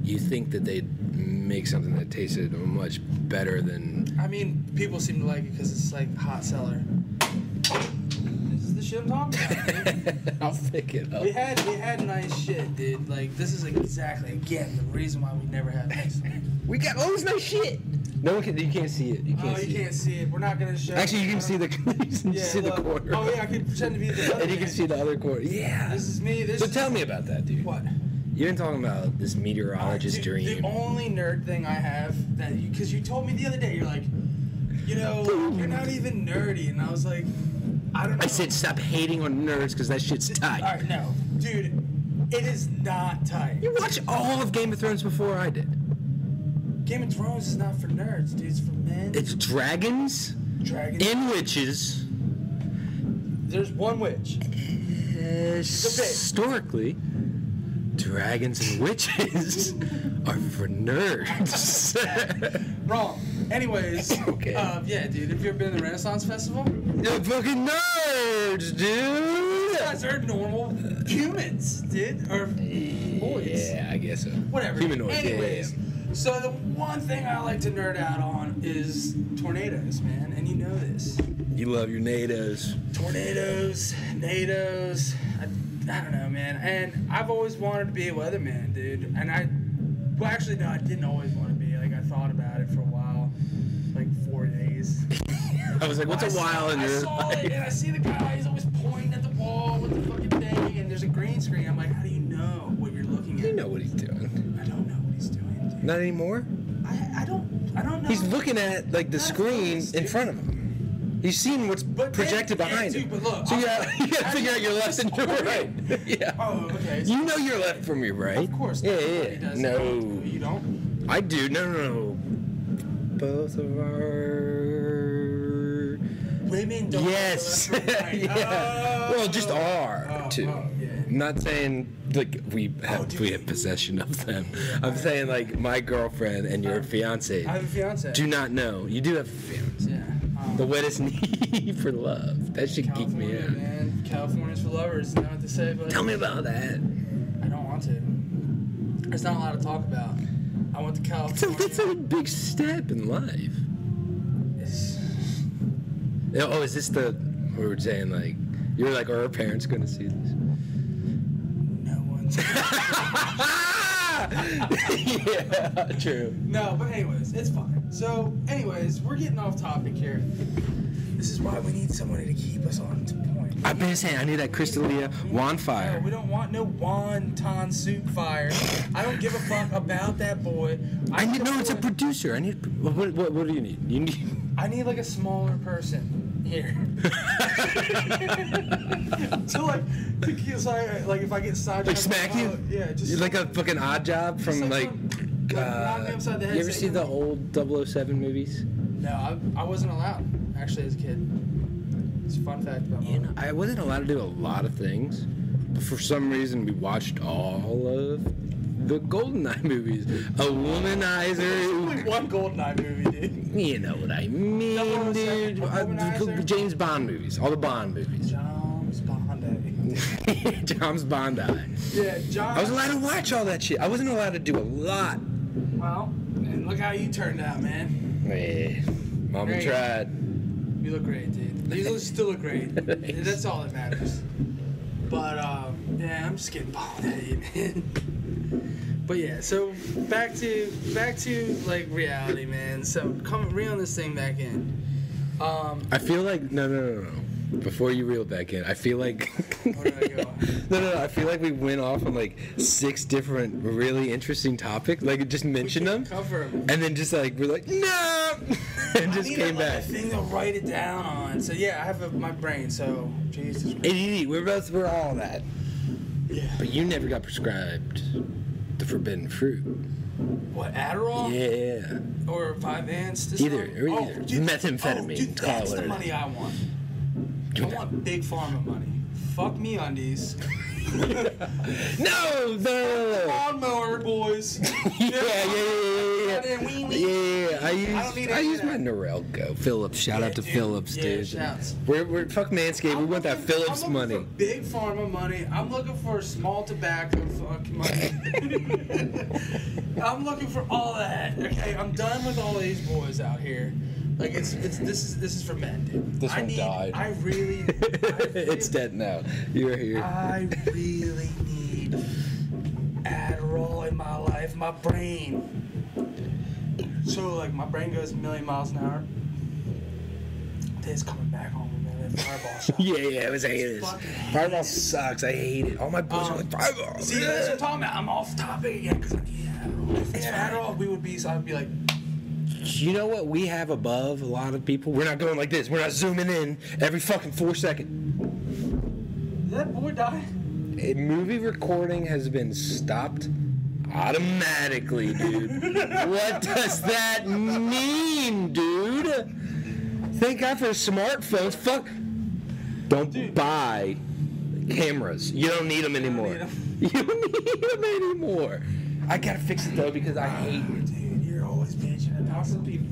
Speaker 1: You think that they'd make something that tasted much better than?
Speaker 2: I mean, people seem to like it because it's like hot cellar. This is the shit I'm talking about. dude.
Speaker 1: I'll pick it up.
Speaker 2: We had we had nice shit, dude. Like this is exactly again the reason why we never had nice.
Speaker 1: We got all this nice shit. No one can. You can't see it. You
Speaker 2: oh,
Speaker 1: can't see
Speaker 2: you can't
Speaker 1: it.
Speaker 2: see it. We're not gonna show.
Speaker 1: Actually, you can see the. you can
Speaker 2: Yeah,
Speaker 1: see the
Speaker 2: look.
Speaker 1: corner.
Speaker 2: Oh yeah, I can pretend to be the. Other
Speaker 1: And you
Speaker 2: man.
Speaker 1: can see the other corner. Yeah.
Speaker 2: This is me. This
Speaker 1: So
Speaker 2: is
Speaker 1: tell me about that, dude.
Speaker 2: what.
Speaker 1: You've been talking about this meteorologist
Speaker 2: the,
Speaker 1: dream.
Speaker 2: The only nerd thing I have that you, because you told me the other day, you're like, you know, you're not even nerdy, and I was like, I don't know.
Speaker 1: I said stop hating on nerds because that shit's
Speaker 2: All
Speaker 1: tight.
Speaker 2: right, no, dude, it is not tight.
Speaker 1: You watched all of Game of Thrones before I did.
Speaker 2: Game of Thrones is not for nerds, dude. It's for men.
Speaker 1: It's dragons
Speaker 2: dragons.
Speaker 1: and witches.
Speaker 2: There's one witch.
Speaker 1: Historically, dragons and witches are for nerds.
Speaker 2: Wrong. Anyways,
Speaker 1: Okay.
Speaker 2: uh, yeah, dude. Have you ever been to the Renaissance Festival? You
Speaker 1: They're fucking nerds, dude.
Speaker 2: guys are normal humans, dude. Or boys.
Speaker 1: Yeah, I guess so.
Speaker 2: Whatever.
Speaker 1: Humanoid. yeah, yeah,
Speaker 2: Anyways,
Speaker 1: yeah.
Speaker 2: so the one thing I like to nerd out on is tornadoes, man. And you know this.
Speaker 1: You love your NATOs.
Speaker 2: tornadoes, nados. I, I don't know, man. And I've always wanted to be a weatherman, dude. And I, well, actually, no, I didn't always want to be. Like, I thought about it for a while, like four days.
Speaker 1: I was like, what's a
Speaker 2: I saw-
Speaker 1: while in
Speaker 2: I
Speaker 1: your
Speaker 2: saw it, and I see the guy. He's always pointing at the wall with the fucking thing, and there's a green screen. I'm like, how do you know what you're looking at?
Speaker 1: You know what he's doing.
Speaker 2: I don't know what he's doing.
Speaker 1: Not anymore.
Speaker 2: Dude. I, I don't, I don't know.
Speaker 1: He's looking at like the
Speaker 2: Not
Speaker 1: screen
Speaker 2: focused,
Speaker 1: in
Speaker 2: dude.
Speaker 1: front of him. He's seeing what's
Speaker 2: But
Speaker 1: projected
Speaker 2: then- yeah,
Speaker 1: behind
Speaker 2: dude,
Speaker 1: him.
Speaker 2: but look,
Speaker 1: so you
Speaker 2: I'm-
Speaker 1: gotta, you gotta
Speaker 2: how do
Speaker 1: figure
Speaker 2: you
Speaker 1: out your left
Speaker 2: just
Speaker 1: and your
Speaker 2: order
Speaker 1: right. yeah.
Speaker 2: Oh, okay. so
Speaker 1: You know your left from your right.
Speaker 2: Of course.
Speaker 1: Yeah,
Speaker 2: everybody
Speaker 1: yeah.
Speaker 2: does.
Speaker 1: No.
Speaker 2: You don't.
Speaker 1: I do. No, no, no. Both of our.
Speaker 2: Women don't.
Speaker 1: Yes.
Speaker 2: Left or Oh, right.
Speaker 1: yeah.
Speaker 2: Oh.
Speaker 1: well, just are
Speaker 2: Oh,
Speaker 1: too.
Speaker 2: oh, yeah.
Speaker 1: Not saying like we
Speaker 2: Oh,
Speaker 1: have
Speaker 2: dude.
Speaker 1: we have possession of them. I'm saying like my girlfriend and your fiance
Speaker 2: I have a fiance.
Speaker 1: do not know. You do have a fiance.
Speaker 2: Yeah. Um,
Speaker 1: The wettest need for love. That should geek me
Speaker 2: California,
Speaker 1: out.
Speaker 2: man. California's for lovers. You know what to say, but
Speaker 1: Tell me about that.
Speaker 2: I don't want to. There's not a lot to talk about. I went to
Speaker 1: So
Speaker 2: California.
Speaker 1: that's a big step in life.
Speaker 2: It's-
Speaker 1: Oh, is this the we were saying like you're like are our parents going to see this?
Speaker 2: no one's.
Speaker 1: yeah, true.
Speaker 2: no, but anyways, it's fine. So, anyways, we're getting off topic here. This is why we need somebody to keep us on to point.
Speaker 1: I've been saying I need that Crystalia wand
Speaker 2: No,
Speaker 1: fire.
Speaker 2: we don't want no wonton soup fire. I don't give a fuck about that boy.
Speaker 1: I need no.
Speaker 2: know
Speaker 1: It's a producer. I need. What? What? What do you need? You need.
Speaker 2: I need like a smaller person here. so like, to get, so I- like if I get sidetracked,
Speaker 1: Like smack
Speaker 2: oh,
Speaker 1: you?
Speaker 2: Yeah, just
Speaker 1: like a fucking odd job
Speaker 2: Just
Speaker 1: from
Speaker 2: like
Speaker 1: like.
Speaker 2: some- like, knock me
Speaker 1: uh,
Speaker 2: upside the head,
Speaker 1: you ever
Speaker 2: say
Speaker 1: see the
Speaker 2: something.
Speaker 1: old 007 movies?
Speaker 2: No, I, I wasn't allowed actually as a kid. It's a fun fact about me.
Speaker 1: You know, I wasn't allowed to do a lot of things, but for some reason we watched all of the GoldenEye movies. A
Speaker 2: There's only
Speaker 1: womanizer.
Speaker 2: one GoldenEye movie, dude.
Speaker 1: You know what I mean,
Speaker 2: 007,
Speaker 1: dude.
Speaker 2: a
Speaker 1: Uh,
Speaker 2: womanizer.
Speaker 1: James Bond movies. All the Bond movies.
Speaker 2: John's Bondi.
Speaker 1: James Bondi.
Speaker 2: Yeah, John.
Speaker 1: I was allowed to watch all that shit. I wasn't allowed to do a lot.
Speaker 2: Well, and look how you turned out, man.
Speaker 1: Eh, Mama
Speaker 2: Hey.
Speaker 1: tried.
Speaker 2: You look great, dude. You look- still look great.
Speaker 1: Thanks.
Speaker 2: That's all that matters. But um, yeah, I'm just getting bald headed, man. But yeah, so back to back to like reality, man. So come reel this thing back in. Um,
Speaker 1: I feel like no, no, no, no. Before you reel back in, I feel like
Speaker 2: Where did I go?
Speaker 1: no, no, no. I feel like we went off on like six different really interesting topics. Like just mentioned them,
Speaker 2: cover 'em.
Speaker 1: and then just like we're like no, and just
Speaker 2: I need
Speaker 1: came
Speaker 2: a, like,
Speaker 1: back.
Speaker 2: a thing to write it down on. So yeah, I have a, my brain. So Jesus. Christ.
Speaker 1: ADD. We're both we're all that,
Speaker 2: Yeah.
Speaker 1: but you never got prescribed the forbidden fruit.
Speaker 2: What Adderall
Speaker 1: Yeah.
Speaker 2: or Vyvanse? This
Speaker 1: Either,
Speaker 2: one?
Speaker 1: or
Speaker 2: Oh,
Speaker 1: either.
Speaker 2: dude,
Speaker 1: Methamphetamine,
Speaker 2: Oh, dude, that's
Speaker 1: call it.
Speaker 2: the money I want. I want big pharma money. Fuck me undies.
Speaker 1: No, no.
Speaker 2: Lawnmower boys.
Speaker 1: yeah, yeah, yeah, yeah,
Speaker 2: Goddamn
Speaker 1: yeah,
Speaker 2: wee
Speaker 1: yeah. Yeah, I use
Speaker 2: I don't need
Speaker 1: I,
Speaker 2: any of
Speaker 1: use my
Speaker 2: that.
Speaker 1: Norelco. Phillips, shout
Speaker 2: Yeah,
Speaker 1: out to
Speaker 2: dude.
Speaker 1: Phillips,
Speaker 2: Yeah,
Speaker 1: dude.
Speaker 2: shouts.
Speaker 1: we're, we're fuck Manscaped. we
Speaker 2: I'm
Speaker 1: want that
Speaker 2: looking-
Speaker 1: Phillips
Speaker 2: I'm looking
Speaker 1: money.
Speaker 2: For big pharma money. I'm looking for small tobacco fucking money. I'm looking for all that. Okay, I'm done with all these boys out here. Like it's it's this is this is for men, dude.
Speaker 1: This
Speaker 2: I
Speaker 1: one
Speaker 2: need,
Speaker 1: died.
Speaker 2: I really.
Speaker 1: it's dead now. You're here.
Speaker 2: I really need Adderall in my life, my brain. So like my brain goes a million miles an hour. This coming back home, man. that Fireball shot.
Speaker 1: yeah, yeah, it was haters.
Speaker 2: fucking hate
Speaker 1: Fireball
Speaker 2: it.
Speaker 1: sucks. I hate it. All my boys are
Speaker 2: Um,
Speaker 1: like Fireball.
Speaker 2: See, that's what I'm talking about. I'm off topic again. Cause like, yeah, if it's Adderall, we would be. So I'd be like,
Speaker 1: You know what we have above a lot of people? We're not going like this. We're not zooming in every fucking four second.
Speaker 2: did that boy die?
Speaker 1: A movie recording has been stopped automatically, dude. what does that mean, dude? Thank God for smartphones. Fuck. Don't buy cameras. You don't need them anymore. You don't need them anymore. I gotta fix it though because I hate it.
Speaker 2: Dude, you're always bitching about some people.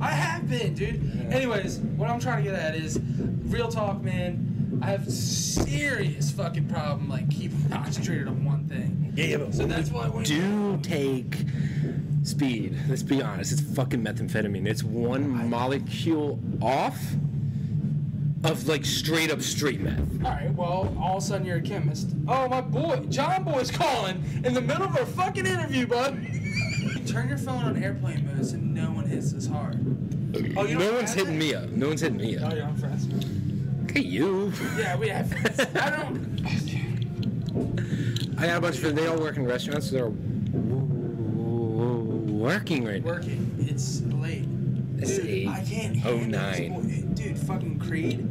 Speaker 2: I have been, dude. Anyways, what I'm trying to get at is, real talk, man. I have serious fucking problem like keeping concentrated on one thing.
Speaker 1: Yeah, yeah, but
Speaker 2: So that's why when
Speaker 1: do take speed. Let's be honest. It's fucking methamphetamine. It's one molecule off of like straight up street meth.
Speaker 2: All right, well, all of a sudden you're a chemist. Oh, my boy, John Boy's calling in the middle of our fucking interview, bud. Turn your phone on airplane mode so no one hits us hard. Oh, you
Speaker 1: no
Speaker 2: don't
Speaker 1: one's
Speaker 2: have
Speaker 1: hitting
Speaker 2: it?
Speaker 1: me up. No one's hitting me up.
Speaker 2: yeah, I'm friends.
Speaker 1: Look at you.
Speaker 2: Yeah, we have friends. I don't.
Speaker 1: I got a bunch of friends. They all work in restaurants. So they're working right now.
Speaker 2: Working. It's late.
Speaker 1: It's
Speaker 2: Dude,
Speaker 1: eight
Speaker 2: I can't. handle this
Speaker 1: 09.
Speaker 2: boy- Dude, fucking Creed.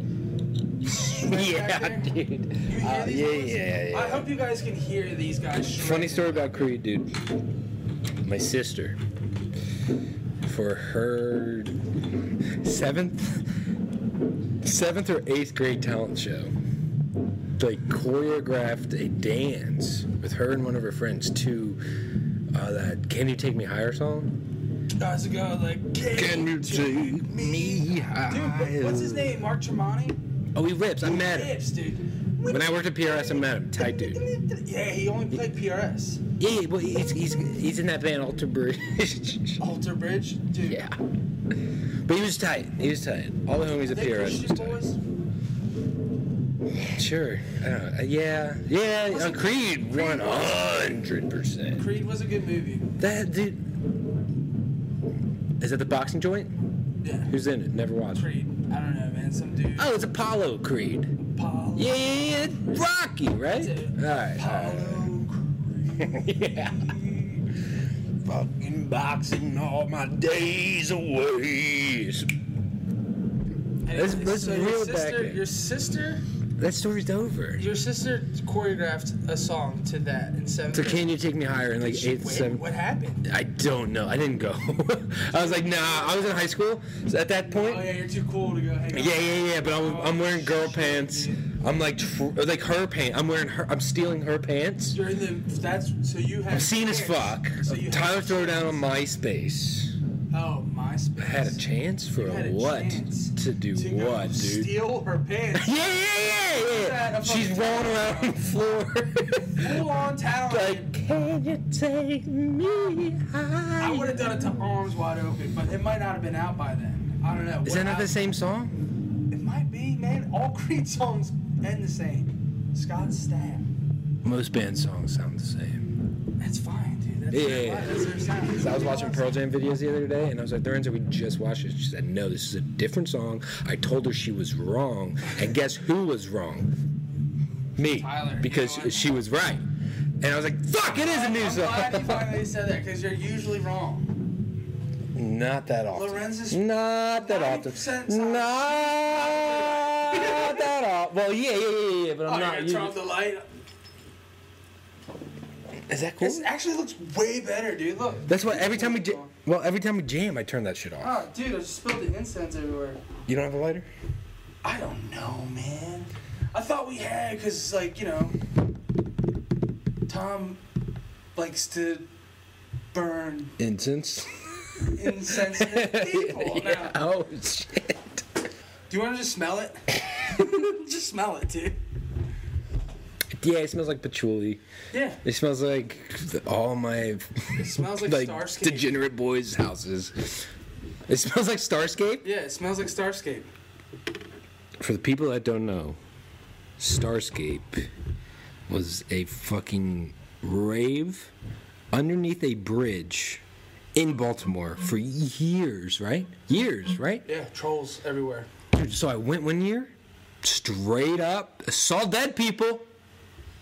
Speaker 2: Right back
Speaker 1: Yeah,
Speaker 2: there.
Speaker 1: dude.
Speaker 2: You hear
Speaker 1: Uh,
Speaker 2: these
Speaker 1: yeah,
Speaker 2: boys?
Speaker 1: yeah, yeah.
Speaker 2: I hope you guys can hear these guys. shredding.
Speaker 1: Funny story about Creed, dude. My sister, for her seventh, seventh or eighth grade talent show, like choreographed a dance with her and one of her friends to uh, that "Can You Take Me Higher" song.
Speaker 2: Guys go like. Can,
Speaker 1: me
Speaker 2: Dude, what- what's his name? Mark Tremonti.
Speaker 1: Oh, he rips. I met him
Speaker 2: Tips, dude.
Speaker 1: when I worked at PRS. I met him. Tight dude.
Speaker 2: Yeah, he only played PRS.
Speaker 1: Yeah, well, he's he's, he's in that band Alter Bridge.
Speaker 2: Alter Bridge, dude.
Speaker 1: Yeah. But he was tight. He was tight. All the homies at
Speaker 2: They
Speaker 1: PRS
Speaker 2: Christian
Speaker 1: was tight.
Speaker 2: boys.
Speaker 1: Sure. I don't know. Yeah. Yeah. uh, Creed, 100%.
Speaker 2: Creed was a good movie.
Speaker 1: That dude. Is that the boxing joint?
Speaker 2: Yeah.
Speaker 1: Who's in it? Never watched.
Speaker 2: Creed. I don't know, man. Some dude.
Speaker 1: Oh, it's Apollo Creed.
Speaker 2: Apollo.
Speaker 1: Yeah, yeah, yeah. it's Rocky, right?
Speaker 2: That's it.
Speaker 1: All right.
Speaker 2: Apollo Creed.
Speaker 1: yeah. Fucking boxing all my days away. Let's-
Speaker 2: Anyway,
Speaker 1: let's
Speaker 2: so
Speaker 1: reel
Speaker 2: your
Speaker 1: it back
Speaker 2: sister,
Speaker 1: in.
Speaker 2: your sister,
Speaker 1: That story's over.
Speaker 2: your sister choreographed a song to that in seventh.
Speaker 1: So
Speaker 2: grade.
Speaker 1: can you take me higher in like
Speaker 2: She-
Speaker 1: eighth,
Speaker 2: wait,
Speaker 1: seventh?
Speaker 2: What happened?
Speaker 1: I don't know. I didn't go. I was like, nah. I was in high school so at that point.
Speaker 2: Oh yeah, you're too cool to go hang out.
Speaker 1: Yeah, yeah, yeah. But I'm, I'm wearing girl
Speaker 2: Oh, shit,
Speaker 1: pants.
Speaker 2: dude.
Speaker 1: I'm like, tr- like her pants. I'm wearing her. I'm stealing her pants.
Speaker 2: You're in the. That's so you have.
Speaker 1: I'm seen as fuck.
Speaker 2: So you had
Speaker 1: Tyler
Speaker 2: a
Speaker 1: Throwdown on
Speaker 2: chance.
Speaker 1: MySpace.
Speaker 2: Oh, MySpace.
Speaker 1: I had a chance for
Speaker 2: had a
Speaker 1: what?
Speaker 2: chance
Speaker 1: To do
Speaker 2: to go
Speaker 1: what, dude?
Speaker 2: Steal her pants.
Speaker 1: yeah, yeah, yeah, yeah.
Speaker 2: that a
Speaker 1: She's
Speaker 2: fucking
Speaker 1: rolling around on the floor.
Speaker 2: Full on talent.
Speaker 1: like, can you take me high?
Speaker 2: I would have done it to arms wide open, but it might not have been out by then. I don't know.
Speaker 1: Is
Speaker 2: What
Speaker 1: that not the
Speaker 2: happened-
Speaker 1: same song?
Speaker 2: It might be, man. All Creed songs end the same. Scott Stapp.
Speaker 1: Most band songs sound the same.
Speaker 2: That's fine, dude. That's
Speaker 1: Yeah,
Speaker 2: their,
Speaker 1: yeah,
Speaker 2: li-
Speaker 1: yeah.
Speaker 2: That's their sound.
Speaker 1: So I was watching Pearl Jam videos the other day, and I was like, Lorenzo, we just watched it. She said, no, this is a different song. I told her she was wrong, and guess who was wrong? Me.
Speaker 2: Tyler.
Speaker 1: Because
Speaker 2: You know what?
Speaker 1: she was right. And I was like, fuck, it is a new
Speaker 2: I'm glad you
Speaker 1: song.
Speaker 2: finally said that because you're usually wrong.
Speaker 1: Not that often.
Speaker 2: Lorenzo's-
Speaker 1: Not that
Speaker 2: 90%
Speaker 1: often.
Speaker 2: song.
Speaker 1: Not that often. Well, yeah, yeah, yeah, yeah, but
Speaker 2: Oh,
Speaker 1: I'm
Speaker 2: you're
Speaker 1: not.
Speaker 2: gonna turn off the light.
Speaker 1: is that cool?
Speaker 2: This actually looks way better, dude. Look.
Speaker 1: That's why every time we jam, well, every time we jam, I turn that shit off.
Speaker 2: Oh, dude, I just spilled the incense everywhere.
Speaker 1: You don't have a lighter?
Speaker 2: I don't know, man. I thought we had, cause like you know, Tom likes to burn
Speaker 1: Incense.
Speaker 2: insensitive people.
Speaker 1: yeah.
Speaker 2: Now,
Speaker 1: Oh shit.
Speaker 2: do you want to just smell it? just smell it, dude.
Speaker 1: Yeah, it smells like patchouli.
Speaker 2: Yeah.
Speaker 1: It smells like all my
Speaker 2: It smells like,
Speaker 1: like
Speaker 2: Starscape.
Speaker 1: degenerate boys' houses. It smells like Starscape.
Speaker 2: yeah, it smells like Starscape.
Speaker 1: For the people that don't know, Starscape was a fucking rave underneath a bridge in Baltimore for years, right? Years, right?
Speaker 2: Yeah, trolls everywhere.
Speaker 1: Dude, so I went one year, straight up, saw dead people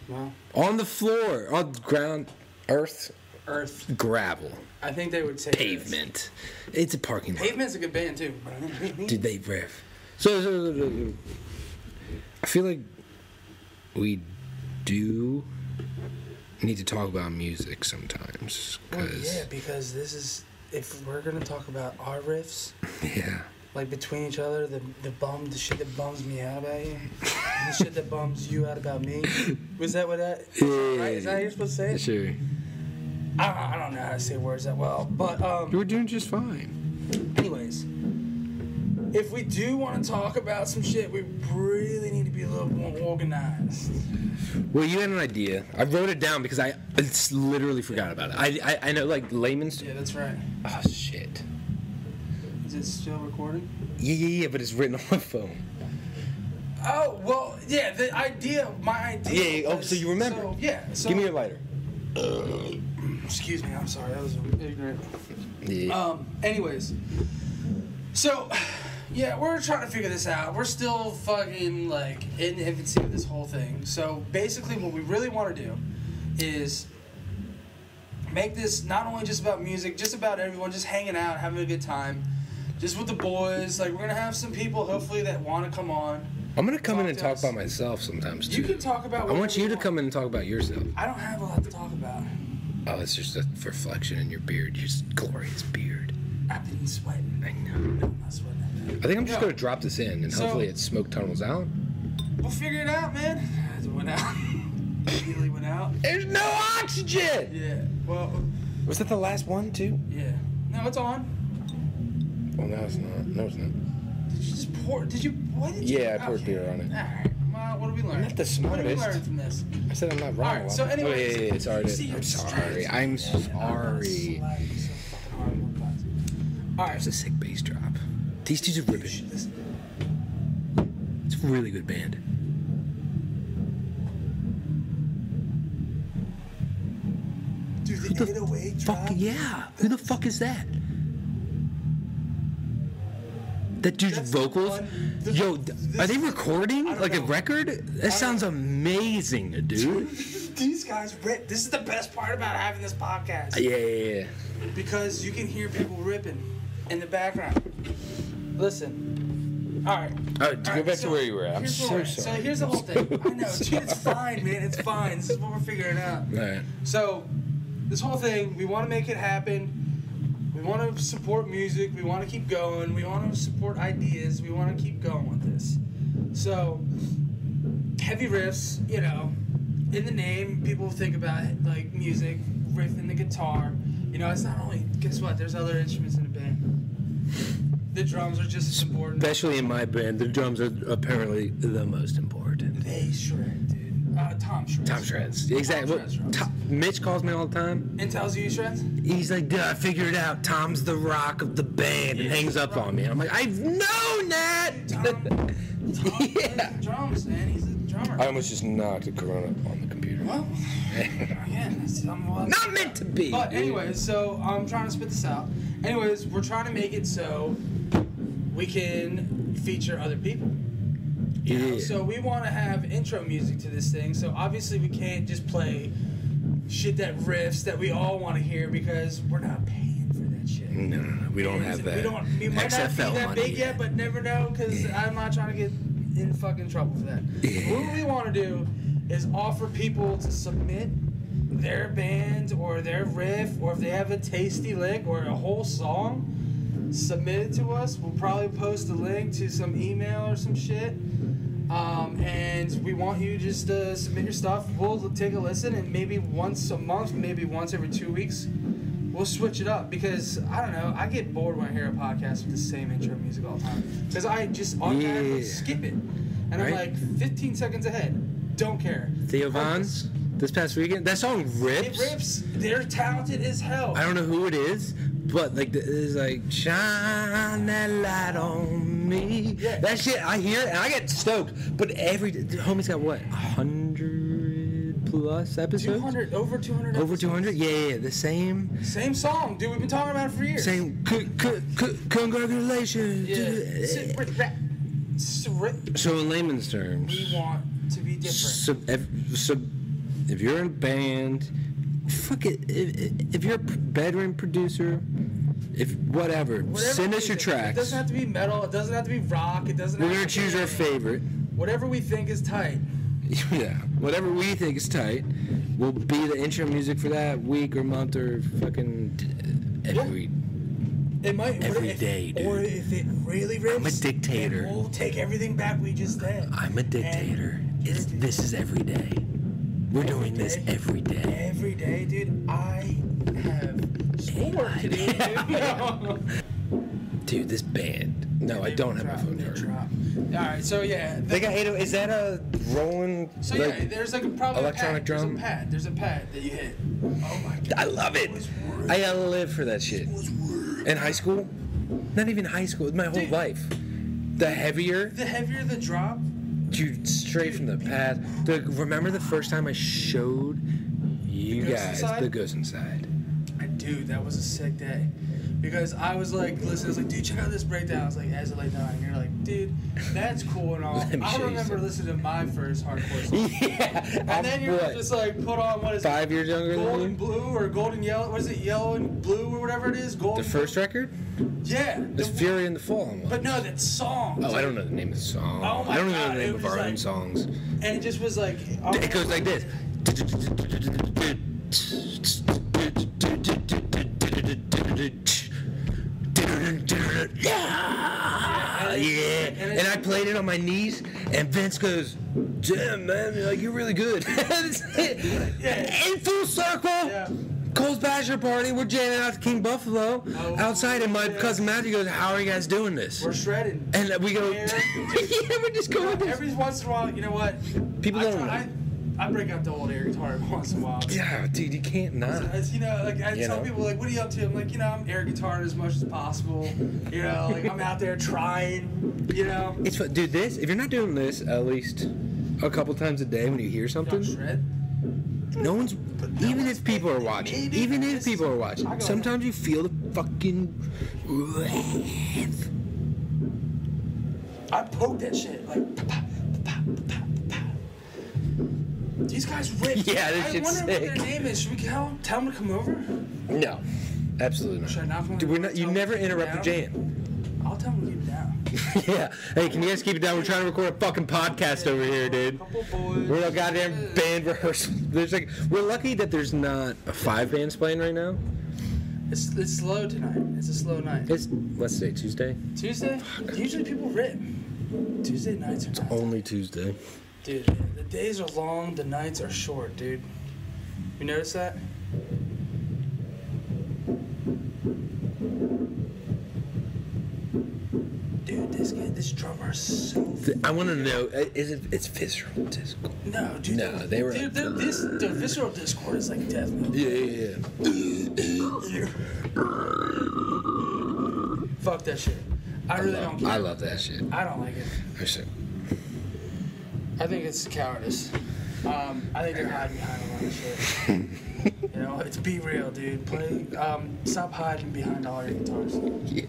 Speaker 2: Wow.
Speaker 1: on the floor, on the ground, earth,
Speaker 2: Earth.
Speaker 1: gravel.
Speaker 2: I think they would say
Speaker 1: Pavement. It's a parking lot.
Speaker 2: Pavement's a good band too.
Speaker 1: Did they riff? So, so, so, so, so. I feel like we do need to talk about music sometimes.
Speaker 2: Well, yeah,
Speaker 1: Cause,
Speaker 2: because this is if we're gonna talk about our riffs,
Speaker 1: yeah.
Speaker 2: like between each other, the the bum, the shit that bums me out about you, and the shit that bums you out about me. Was that what that?
Speaker 1: Yeah.
Speaker 2: Right? Is that how you're supposed to say it?
Speaker 1: Sure.
Speaker 2: I, I don't know how to say words that well, but um.
Speaker 1: You were doing just fine.
Speaker 2: Anyways, if we do want to talk about some shit, we really need to be a little more organized.
Speaker 1: Well, you had an idea. I wrote it down because I it's literally forgot about it. I, I, I know like layman's.
Speaker 2: Yeah, that's right.
Speaker 1: Oh shit.
Speaker 2: Is it still recording?
Speaker 1: Yeah, yeah, yeah. But it's written on my phone.
Speaker 2: Oh well, yeah. The idea, my idea.
Speaker 1: Yeah, yeah, oh,
Speaker 2: was-
Speaker 1: so you remember.
Speaker 2: so, yeah. So,
Speaker 1: Give me your lighter.
Speaker 2: Excuse me. I'm sorry. That was ignorant.
Speaker 1: Yeah.
Speaker 2: Um. Anyways. So, yeah, we're trying to figure this out. We're still fucking like in the infancy of this whole thing. So basically, what we really want to do is make this not only just about music, just about everyone just hanging out, having a good time, just with the boys. Like we're gonna have some people hopefully that want to come on.
Speaker 1: I'm gonna come in and
Speaker 2: talk
Speaker 1: talk
Speaker 2: to
Speaker 1: by
Speaker 2: us.
Speaker 1: myself sometimes too.
Speaker 2: You can talk about.
Speaker 1: I want
Speaker 2: whatever
Speaker 1: you to
Speaker 2: want.
Speaker 1: come in and talk about yourself.
Speaker 2: I don't have a lot to talk about.
Speaker 1: Oh, it's just a reflection in your beard. Your glorious beard.
Speaker 2: I've been sweating.
Speaker 1: I know.
Speaker 2: No, I'm not sweating that bad.
Speaker 1: I think I'm just
Speaker 2: Yeah.
Speaker 1: gonna drop this in, and
Speaker 2: So-
Speaker 1: hopefully it smoke tunnels out.
Speaker 2: We'll figure it out, man. It went out. Immediately went out.
Speaker 1: There's no oxygen.
Speaker 2: Yeah. Well.
Speaker 1: Was that the last one too?
Speaker 2: Yeah. No, it's on.
Speaker 1: Oh no, it's not. No, it's not.
Speaker 2: Did you just pour? Did you? What did you? Oh,
Speaker 1: Yeah, I poured beer on it.
Speaker 2: All right. Well, what did we learn?
Speaker 1: not the
Speaker 2: What did we
Speaker 1: smartest.
Speaker 2: learn from this?
Speaker 1: I said I'm not wrong.
Speaker 2: All right, so
Speaker 1: Walker.
Speaker 2: anyway,
Speaker 1: oh, yeah, yeah, yeah, it's already.
Speaker 2: see,
Speaker 1: I'm
Speaker 2: it's
Speaker 1: sorry.
Speaker 2: trash.
Speaker 1: I'm
Speaker 2: I'm
Speaker 1: sorry.
Speaker 2: gonna slap you so fucking hard one time. All
Speaker 1: That was
Speaker 2: right.
Speaker 1: a sick bass drop. These dudes are ripping.
Speaker 2: Listen,
Speaker 1: It's a really good band.
Speaker 2: Dude, the 808 drop.
Speaker 1: Fuck yeah! Who the fuck is that? That dude's
Speaker 2: That's the
Speaker 1: vocals,
Speaker 2: one- the-
Speaker 1: yo, th-
Speaker 2: this-
Speaker 1: are they recording
Speaker 2: I don't
Speaker 1: like a
Speaker 2: know.
Speaker 1: record? That sounds amazing, dude. Uh,
Speaker 2: These guys rip. This is the best part about having this podcast.
Speaker 1: yeah, yeah, yeah.
Speaker 2: because you can hear people ripping in the background. Listen. All right.
Speaker 1: All right, to
Speaker 2: All
Speaker 1: go
Speaker 2: right,
Speaker 1: back to
Speaker 2: so
Speaker 1: where you were. I'm
Speaker 2: here's where
Speaker 1: so
Speaker 2: we're at.
Speaker 1: sorry.
Speaker 2: So here's the whole thing. I know, dude. It's fine, man. It's fine. This is what we're figuring out.
Speaker 1: All right.
Speaker 2: So, this whole thing, we want to make it happen. We want to support music. We want to keep going. We want to support ideas. We want to keep going with this. So, heavy riffs, you know, in the name, people think about like music, riff in the guitar. You know, it's not only, guess what? There's other instruments in a band. The drums are just as important.
Speaker 1: Especially in my band, the drums are apparently the most important.
Speaker 2: They shred, dude. Uh, Tom shreds.
Speaker 1: Tom shreds. Exactly.
Speaker 2: Tom shreds
Speaker 1: Well,
Speaker 2: drums.
Speaker 1: Tom- Mitch calls me all the time.
Speaker 2: And tells you he shreds?
Speaker 1: He's like, dude, I figured it out. Tom's the rock of the band, and hangs up on me. I'm like, I've known that.
Speaker 2: Tom, Tom
Speaker 1: Yeah.
Speaker 2: plays drums, man. He's a drummer.
Speaker 1: almost just knocked a Corona on the computer.
Speaker 2: Well, again, that's- I'm well,
Speaker 1: Not meant to be.
Speaker 2: But
Speaker 1: dude.
Speaker 2: anyways, so I'm trying to spit this out. Anyways, we're trying to make it so we can feature other people. You know?
Speaker 1: Yeah.
Speaker 2: So we want to have intro music to this thing. So obviously we can't just play shit that riffs that we all want to hear because we're not paying for that shit.
Speaker 1: no, no, no, we don't have that.
Speaker 2: We don't. We might not
Speaker 1: XFL
Speaker 2: be that
Speaker 1: money
Speaker 2: big yet, but never know because I'm not trying to get in fucking trouble for that.
Speaker 1: Yeah.
Speaker 2: What we want to do is offer people to submit their band or their riff, or if they have a tasty lick or a whole song. Submit it to us. We'll probably post a link to some email or some shit. Um, and we want you just to submit your stuff. We'll take a listen, and maybe once a month, maybe once every two weeks, We'll switch it up because I don't know. I get bored when I hear a podcast with the same intro music all the time because I just automatically
Speaker 1: Yeah.
Speaker 2: skip it, and I'm
Speaker 1: Right.
Speaker 2: like 15 seconds ahead. Don't care.
Speaker 1: Theo Vons, this past weekend, that song
Speaker 2: It
Speaker 1: rips.
Speaker 2: rips. They're talented as hell.
Speaker 1: I don't know who it is, but like the- it's like shine that light on me.
Speaker 2: Yeah.
Speaker 1: That shit, I hear it and I get stoked. But every the homie's got what, hundred plus episodes?
Speaker 2: 200 over 200.
Speaker 1: Over
Speaker 2: episodes.
Speaker 1: two hundred? Yeah, yeah, yeah, the same.
Speaker 2: Same song, dude. We've been talking about it for years.
Speaker 1: Same. C- c- c- congratulations.
Speaker 2: Yeah.
Speaker 1: dude.
Speaker 2: Sit- rip- rap. S- rip.
Speaker 1: So in layman's terms,
Speaker 2: We want to be different.
Speaker 1: sub, if, sub, if you're in a band, fuck it. If, if you're a p- bedroom producer, if whatever,
Speaker 2: Whatever
Speaker 1: send us your
Speaker 2: music. It
Speaker 1: tracks.
Speaker 2: doesn't have to be metal. It doesn't have to be rock. It doesn't.
Speaker 1: We're
Speaker 2: have
Speaker 1: gonna
Speaker 2: to be
Speaker 1: choose our
Speaker 2: anything.
Speaker 1: favorite.
Speaker 2: Whatever we think is tight.
Speaker 1: yeah, whatever we think is tight, will be the intro music for that week or month or fucking d- every
Speaker 2: Yeah.
Speaker 1: week.
Speaker 2: It might what
Speaker 1: Every
Speaker 2: if,
Speaker 1: day, dude.
Speaker 2: Or if it really rips,
Speaker 1: I'm a dictator.
Speaker 2: then We'll take everything back we just did.
Speaker 1: I'm a dictator. It's, this is every day. We're doing this
Speaker 2: day?
Speaker 1: every day.
Speaker 2: Every day, dude. I have schoolwork to do.
Speaker 1: Dude, this band. No, I
Speaker 2: They
Speaker 1: don't have my
Speaker 2: drop-
Speaker 1: phone
Speaker 2: they
Speaker 1: charger.
Speaker 2: drop. All right, so yeah.
Speaker 1: They got eight. Is that a rolling?
Speaker 2: so
Speaker 1: like-
Speaker 2: yeah, there's like a problem.
Speaker 1: electronic
Speaker 2: pad.
Speaker 1: drum?
Speaker 2: There's a pad. There's a pad that you hit. Oh my god.
Speaker 1: I love it. I gotta live for that shit. In high school, not even high school. My whole
Speaker 2: Dude.
Speaker 1: life. The heavier
Speaker 2: The heavier the drop,
Speaker 1: Dude, straight from the pad. The, remember the first time I showed you
Speaker 2: The Ghost
Speaker 1: guys
Speaker 2: Inside?
Speaker 1: the Ghost Inside?
Speaker 2: Dude, that was a sick day. Because I was like, listen, I was like, dude, check out this breakdown. I was like, as it lay down. And you're like, dude, that's cool and all.
Speaker 1: Let me
Speaker 2: I
Speaker 1: show you
Speaker 2: remember
Speaker 1: something.
Speaker 2: listening to my first hardcore song.
Speaker 1: Yeah. I'm
Speaker 2: And then you're
Speaker 1: what,
Speaker 2: just like, put on what is it?
Speaker 1: five years younger
Speaker 2: Gold
Speaker 1: than
Speaker 2: and
Speaker 1: you?
Speaker 2: blue or gold and yellow? What is it? Yellow and blue or whatever it is? Gold.
Speaker 1: The first record?
Speaker 2: Yeah.
Speaker 1: It's
Speaker 2: the-
Speaker 1: Fury in the Fall. I'm like,
Speaker 2: but no, that song.
Speaker 1: oh, I don't know the name of the song.
Speaker 2: Oh my
Speaker 1: I don't even
Speaker 2: God,
Speaker 1: know the
Speaker 2: it
Speaker 1: name
Speaker 2: was
Speaker 1: of our
Speaker 2: like-
Speaker 1: own songs.
Speaker 2: And it just was like.
Speaker 1: It goes like this. Yeah, yeah. And I played it on my knees, and Vince goes, "Damn, man, you're, like, you're really good." In full circle.
Speaker 2: Yeah.
Speaker 1: Cole's bachelor party. We're jamming out to King Buffalo
Speaker 2: Oh,
Speaker 1: outside, and my
Speaker 2: yeah.
Speaker 1: cousin Matthew goes, "How are you guys doing this?"
Speaker 2: We're shredding.
Speaker 1: And we go,
Speaker 2: Yeah.
Speaker 1: "Yeah, we're just going." this."
Speaker 2: Every once in a while, you know what?
Speaker 1: People
Speaker 2: I
Speaker 1: don't.
Speaker 2: try- I, I break out the old air guitar every once in a while.
Speaker 1: Yeah, dude, you can't not.
Speaker 2: As you know, like I
Speaker 1: You
Speaker 2: tell
Speaker 1: know?
Speaker 2: people, like, what are you up to? I'm like, you know, I'm air guitar as much as possible. You know, like I'm out there trying. You know,
Speaker 1: It's fun. Dude, this, if you're not doing this at least a couple times a day when you hear
Speaker 2: Don't
Speaker 1: something,
Speaker 2: shred.
Speaker 1: no one's, even if people are watching,
Speaker 2: Maybe
Speaker 1: even if
Speaker 2: this-
Speaker 1: people are
Speaker 2: I
Speaker 1: watching,
Speaker 2: go-
Speaker 1: sometimes you feel the fucking wrath.
Speaker 2: I poke that shit like. pa, pa, pa, pa, pa, pa. These guys ripped.
Speaker 1: Yeah, this
Speaker 2: I
Speaker 1: shit's
Speaker 2: wonder what their
Speaker 1: sick.
Speaker 2: name is. Should we tell them, tell them to come over?
Speaker 1: No, absolutely
Speaker 2: Should I not
Speaker 1: not.
Speaker 2: come
Speaker 1: Dude,
Speaker 2: over
Speaker 1: we're
Speaker 2: and
Speaker 1: not, you
Speaker 2: tell
Speaker 1: never
Speaker 2: them to
Speaker 1: interrupt the
Speaker 2: keep
Speaker 1: jam.
Speaker 2: I'll tell them to keep it down.
Speaker 1: yeah. Hey, can you guys keep it down? We're trying to record a fucking podcast over here, dude.
Speaker 2: Couple boys.
Speaker 1: We're a goddamn
Speaker 2: Yeah.
Speaker 1: band rehearsal. There's like, we're lucky that there's not a five bands playing right now.
Speaker 2: It's, it's slow tonight. It's a slow night.
Speaker 1: It's what's today, Tuesday?
Speaker 2: Tuesday. Usually people rip. Tuesday nights are. Nice.
Speaker 1: Only Tuesday.
Speaker 2: Dude, the days are long, the nights are short, dude. You notice that? Dude, this guy, this drummer is so.
Speaker 1: Th- I want to know. uh, Is it? It's visceral disco.
Speaker 2: No, dude.
Speaker 1: No,
Speaker 2: the-
Speaker 1: they were
Speaker 2: Dude,
Speaker 1: like-
Speaker 2: the, this, the visceral discord is like death metal.
Speaker 1: Yeah, yeah, yeah.
Speaker 2: Fuck that shit. I really don't care.
Speaker 1: I love that shit.
Speaker 2: I don't like it.
Speaker 1: I said,
Speaker 2: I think it's cowardice. Um, I think they're hiding behind a lot of shit. you know, it's be real, dude. Play, um, stop hiding behind all your guitars and
Speaker 1: yeah.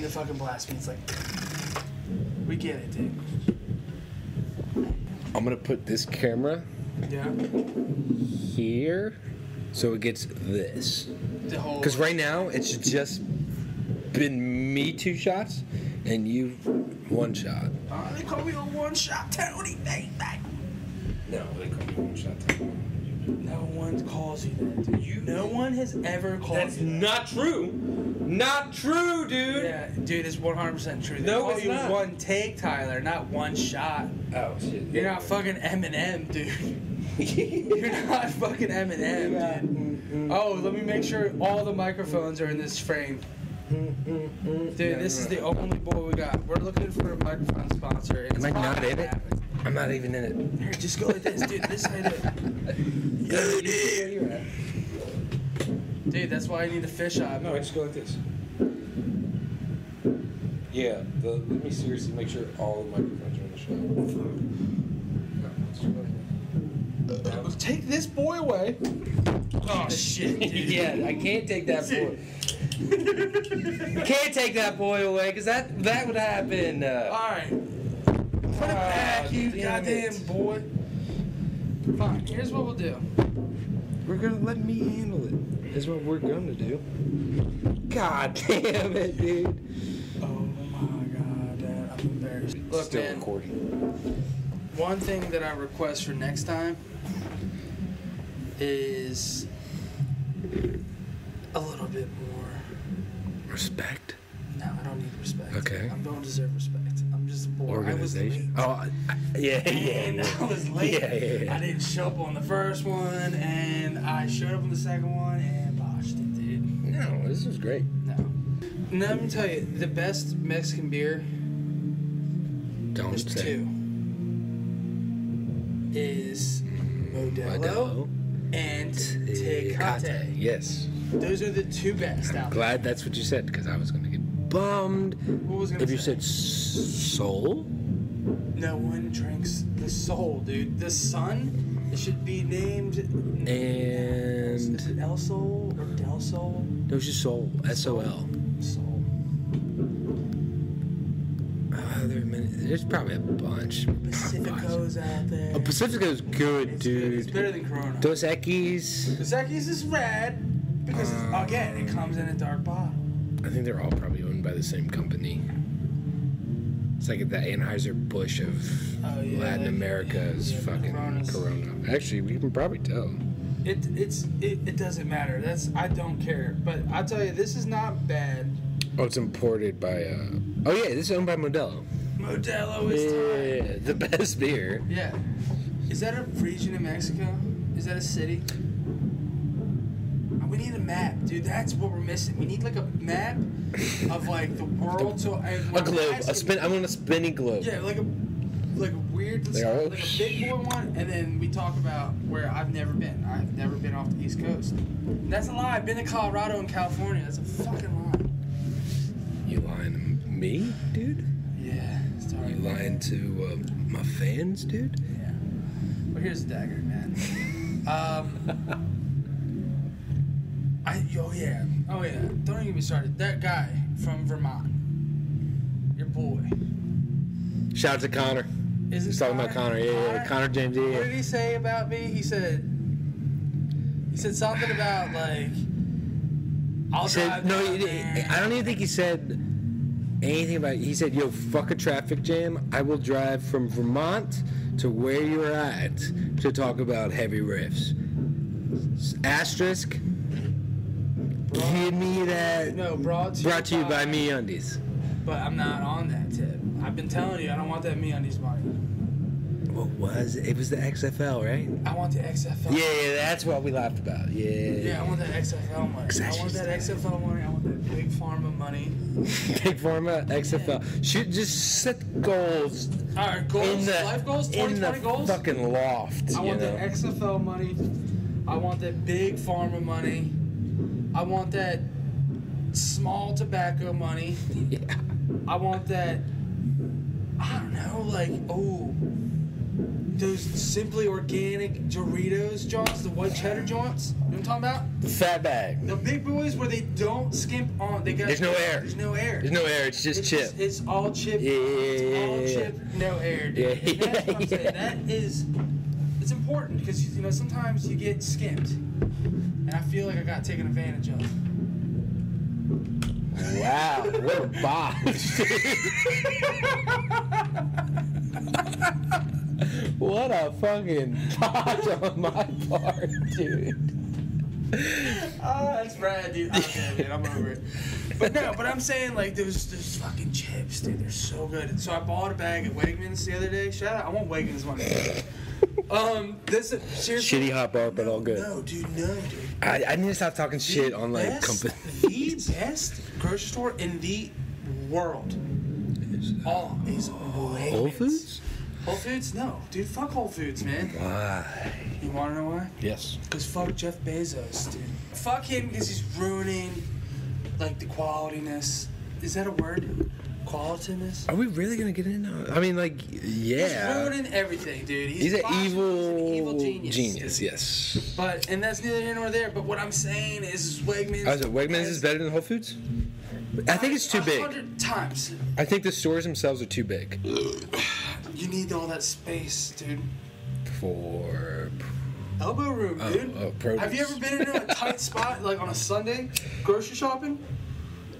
Speaker 2: the fucking blast beats. Like, we get it, dude.
Speaker 1: I'm gonna put this camera
Speaker 2: Yeah,
Speaker 1: here, so it gets this.
Speaker 2: the whole.
Speaker 1: Cause right now it's just been me two shots, and you one shot.
Speaker 2: Uh, they call me a one-shot Tony. Bang bang.
Speaker 1: No, they call me one shot.
Speaker 2: No one calls you that, dude. You, no one has ever called
Speaker 3: That's
Speaker 2: you.
Speaker 3: not true. Not true, dude.
Speaker 2: that. Yeah, dude, it's 100% true. They
Speaker 3: No,
Speaker 2: call
Speaker 3: it's
Speaker 2: you
Speaker 3: not.
Speaker 2: one take, Tyler, not one shot.
Speaker 3: Oh shit.
Speaker 2: You're not fucking Eminem, dude. You're not fucking Eminem, dude. Oh, let me make sure all the microphones are in this frame. Dude, this is the only boy we got. We're looking for a microphone sponsor. and It's
Speaker 1: Am I not
Speaker 2: probably
Speaker 1: in it?
Speaker 2: happening.
Speaker 1: I'm not even in it.
Speaker 2: Here, just go like this, dude. This is how you do it. Dude, that's why I need a fisheye.
Speaker 3: No, I just go like this. Yeah. The, let me seriously make sure all the microphones are in the shot. No, it's too late.
Speaker 2: Take this boy away. Oh shit, dude.
Speaker 3: I can't take that boy.
Speaker 1: Can't take that boy away, cause that that would happen. Uh,
Speaker 2: All right. Put it
Speaker 3: Ah,
Speaker 2: back, you
Speaker 1: damn
Speaker 2: goddamn
Speaker 1: it.
Speaker 2: boy. Fine. Here's what we'll do.
Speaker 1: we're gonna let me handle it. Is what we're gonna do. God damn it, dude.
Speaker 2: Oh my god, Dad, I'm embarrassed. Look,
Speaker 1: Still
Speaker 2: man,
Speaker 1: recording.
Speaker 2: one thing that I request for next time is a little bit more.
Speaker 1: Respect.
Speaker 2: No, I don't need respect.
Speaker 1: Okay.
Speaker 2: I don't deserve respect. I'm just a boy. I was late.
Speaker 1: Oh, I- I- yeah,
Speaker 2: And
Speaker 1: yeah.
Speaker 2: I was late.
Speaker 1: Yeah, yeah, yeah.
Speaker 2: I didn't show up on the first one, and I showed up on the second one, and botched it, dude.
Speaker 1: No, this was great.
Speaker 2: No. And let me tell you, the best Mexican beer
Speaker 1: Don't
Speaker 2: is
Speaker 1: say.
Speaker 2: two. Is Modelo
Speaker 1: Modelo
Speaker 2: and
Speaker 1: Tecate,
Speaker 2: Tecate.
Speaker 1: Yes.
Speaker 2: Those are the two best out there.
Speaker 1: Glad that's what you said because I was gonna get bummed
Speaker 2: What was I gonna
Speaker 1: if you
Speaker 2: say?
Speaker 1: said s- soul.
Speaker 2: no one drinks the soul, dude. The sun it should be named is
Speaker 1: And
Speaker 2: it El Sol or Del Sol?
Speaker 1: it was just soul. S O L.
Speaker 2: Sol.
Speaker 1: Oh, there are many- There's probably a bunch.
Speaker 2: Pacifico's out there.
Speaker 1: Oh, Pacifico's good,
Speaker 2: It's good. It's
Speaker 1: dude.
Speaker 2: better than Corona.
Speaker 1: Dos Equis.
Speaker 2: The Zacchaeus is red because it's,
Speaker 1: Uh,
Speaker 2: again it comes in a dark bottle.
Speaker 1: I think they're all probably owned by the same company. It's like the Anheuser Busch of
Speaker 2: Oh, yeah,
Speaker 1: Latin
Speaker 2: like-
Speaker 1: America is
Speaker 2: yeah,
Speaker 1: fucking
Speaker 2: Coronas.
Speaker 1: Corona. Actually, we can probably tell.
Speaker 2: It it's it, it doesn't matter. That's I don't care. But I tell you, this is not bad.
Speaker 1: Oh, it's imported by. Uh, oh yeah, this is owned by Modelo.
Speaker 2: Modelo is tied.
Speaker 1: Yeah, the best beer.
Speaker 2: Yeah. Is that a region in Mexico? Is that a city? We need a map, dude. That's what we're missing. We need like a map of like the world. So and
Speaker 1: A
Speaker 2: when
Speaker 1: globe.
Speaker 2: Mexico-
Speaker 1: A spin. I'm on a spinning globe.
Speaker 2: Yeah, like a like a weird,
Speaker 1: They are-
Speaker 2: like a big boy one, and then we talk about where I've never been. I've never been off the East Coast. And that's a lie. I've been to Colorado and California. That's a fucking lie.
Speaker 1: You lying to me, dude?
Speaker 2: Yeah, sorry.
Speaker 1: You lying to uh, my fans, dude?
Speaker 2: Yeah. But here's the dagger, man. um. I oh yeah oh yeah. Don't even get me started. That guy from Vermont, your boy.
Speaker 1: Shout out to Connor.
Speaker 2: Is it
Speaker 1: He's talking about Connor. Yeah, yeah, Connor James.
Speaker 2: What did
Speaker 1: Yeah.
Speaker 2: he say about me? He said. He said something about like. I'll
Speaker 1: He
Speaker 2: drive
Speaker 1: said no.
Speaker 2: down
Speaker 1: He, he-
Speaker 2: there.
Speaker 1: I don't even think he said anything about. He said, "Yo, fuck a traffic jam. I will drive from Vermont to where you're at to talk about heavy riffs." Asterisk. Give me that.
Speaker 2: No, brought to
Speaker 1: Brought to you by Me Undies.
Speaker 2: But I'm not on that tip. I've been telling you, I don't want that me on these money.
Speaker 1: What was it? It was the XFL, right?
Speaker 2: I want the XFL.
Speaker 1: Yeah, yeah, that's what we laughed about. Yeah.
Speaker 2: Yeah, I want that XFL money. I want that XFL money. I want that big pharma money.
Speaker 1: Big Pharma, XFL. Shoot, just set goals
Speaker 2: All right, goals,
Speaker 1: in the
Speaker 2: life goals,
Speaker 1: in
Speaker 2: 20,
Speaker 1: the
Speaker 2: 20 goals.
Speaker 1: fucking loft.
Speaker 2: I
Speaker 1: you
Speaker 2: want
Speaker 1: know?
Speaker 2: that XFL money. I want that big pharma money. I want that small tobacco money.
Speaker 1: yeah.
Speaker 2: I want that. I don't know, like oh, those simply organic Doritos joints, the white cheddar joints. You know what I'm talking about?
Speaker 1: The fat bag.
Speaker 2: The big boys where they don't skimp on. They got
Speaker 1: There's no air.
Speaker 2: There's no air.
Speaker 1: There's no air. It's just
Speaker 2: It's
Speaker 1: chip.
Speaker 2: just- it's all chip.
Speaker 1: Yeah, yeah,
Speaker 2: It's
Speaker 1: yeah,
Speaker 2: all
Speaker 1: yeah,
Speaker 2: chip, no air. Dude.
Speaker 1: Yeah,
Speaker 2: And that's what I'm
Speaker 1: yeah.
Speaker 2: saying. That is, it's important because you know sometimes you get skimped, and I feel like I got taken advantage of.
Speaker 1: wow, what a botch. what a fucking botch on my part, dude.
Speaker 2: Oh, that's rad, dude. I'm good, man. I'm over it. But no, but I'm saying like those those fucking chips, dude. They're so good. And so I bought a bag at Wegmans the other day. Shout out, I want Wegmans one. day. um, this seriously.
Speaker 1: Shitty hot bar, but all good.
Speaker 2: No, dude, no, dude.
Speaker 1: I, I need to stop talking shit on like
Speaker 2: best,
Speaker 1: company.
Speaker 2: The best grocery store in the world. All is Wegmans.
Speaker 1: Whole Foods?
Speaker 2: Whole Foods? No, dude. Fuck Whole Foods, man.
Speaker 1: Why?
Speaker 2: You wanna know why?
Speaker 1: Yes.
Speaker 2: Cause fuck Jeff Bezos, dude. Fuck him because he's ruining like the qualityness. Is that a word? Qualityness.
Speaker 1: Are we really gonna get into? I mean, like,
Speaker 2: He's
Speaker 1: yeah.
Speaker 2: ruining everything, dude. He's,
Speaker 1: He's an
Speaker 2: Fox-
Speaker 1: evil,
Speaker 2: he's an evil genius. dude.
Speaker 1: Yes.
Speaker 2: But and that's neither here nor there. But what I'm saying is Wegmans.
Speaker 1: I was at Wegmans Oh, is better than Whole Foods. I think it's too
Speaker 2: a
Speaker 1: big.
Speaker 2: hundred times.
Speaker 1: I think the stores themselves are too big
Speaker 2: You need all that space, dude.
Speaker 1: for.
Speaker 2: Elbow room,
Speaker 1: Oh,
Speaker 2: dude.
Speaker 1: oh, produce.
Speaker 2: Have you ever been in a tight spot like on a Sunday, grocery shopping?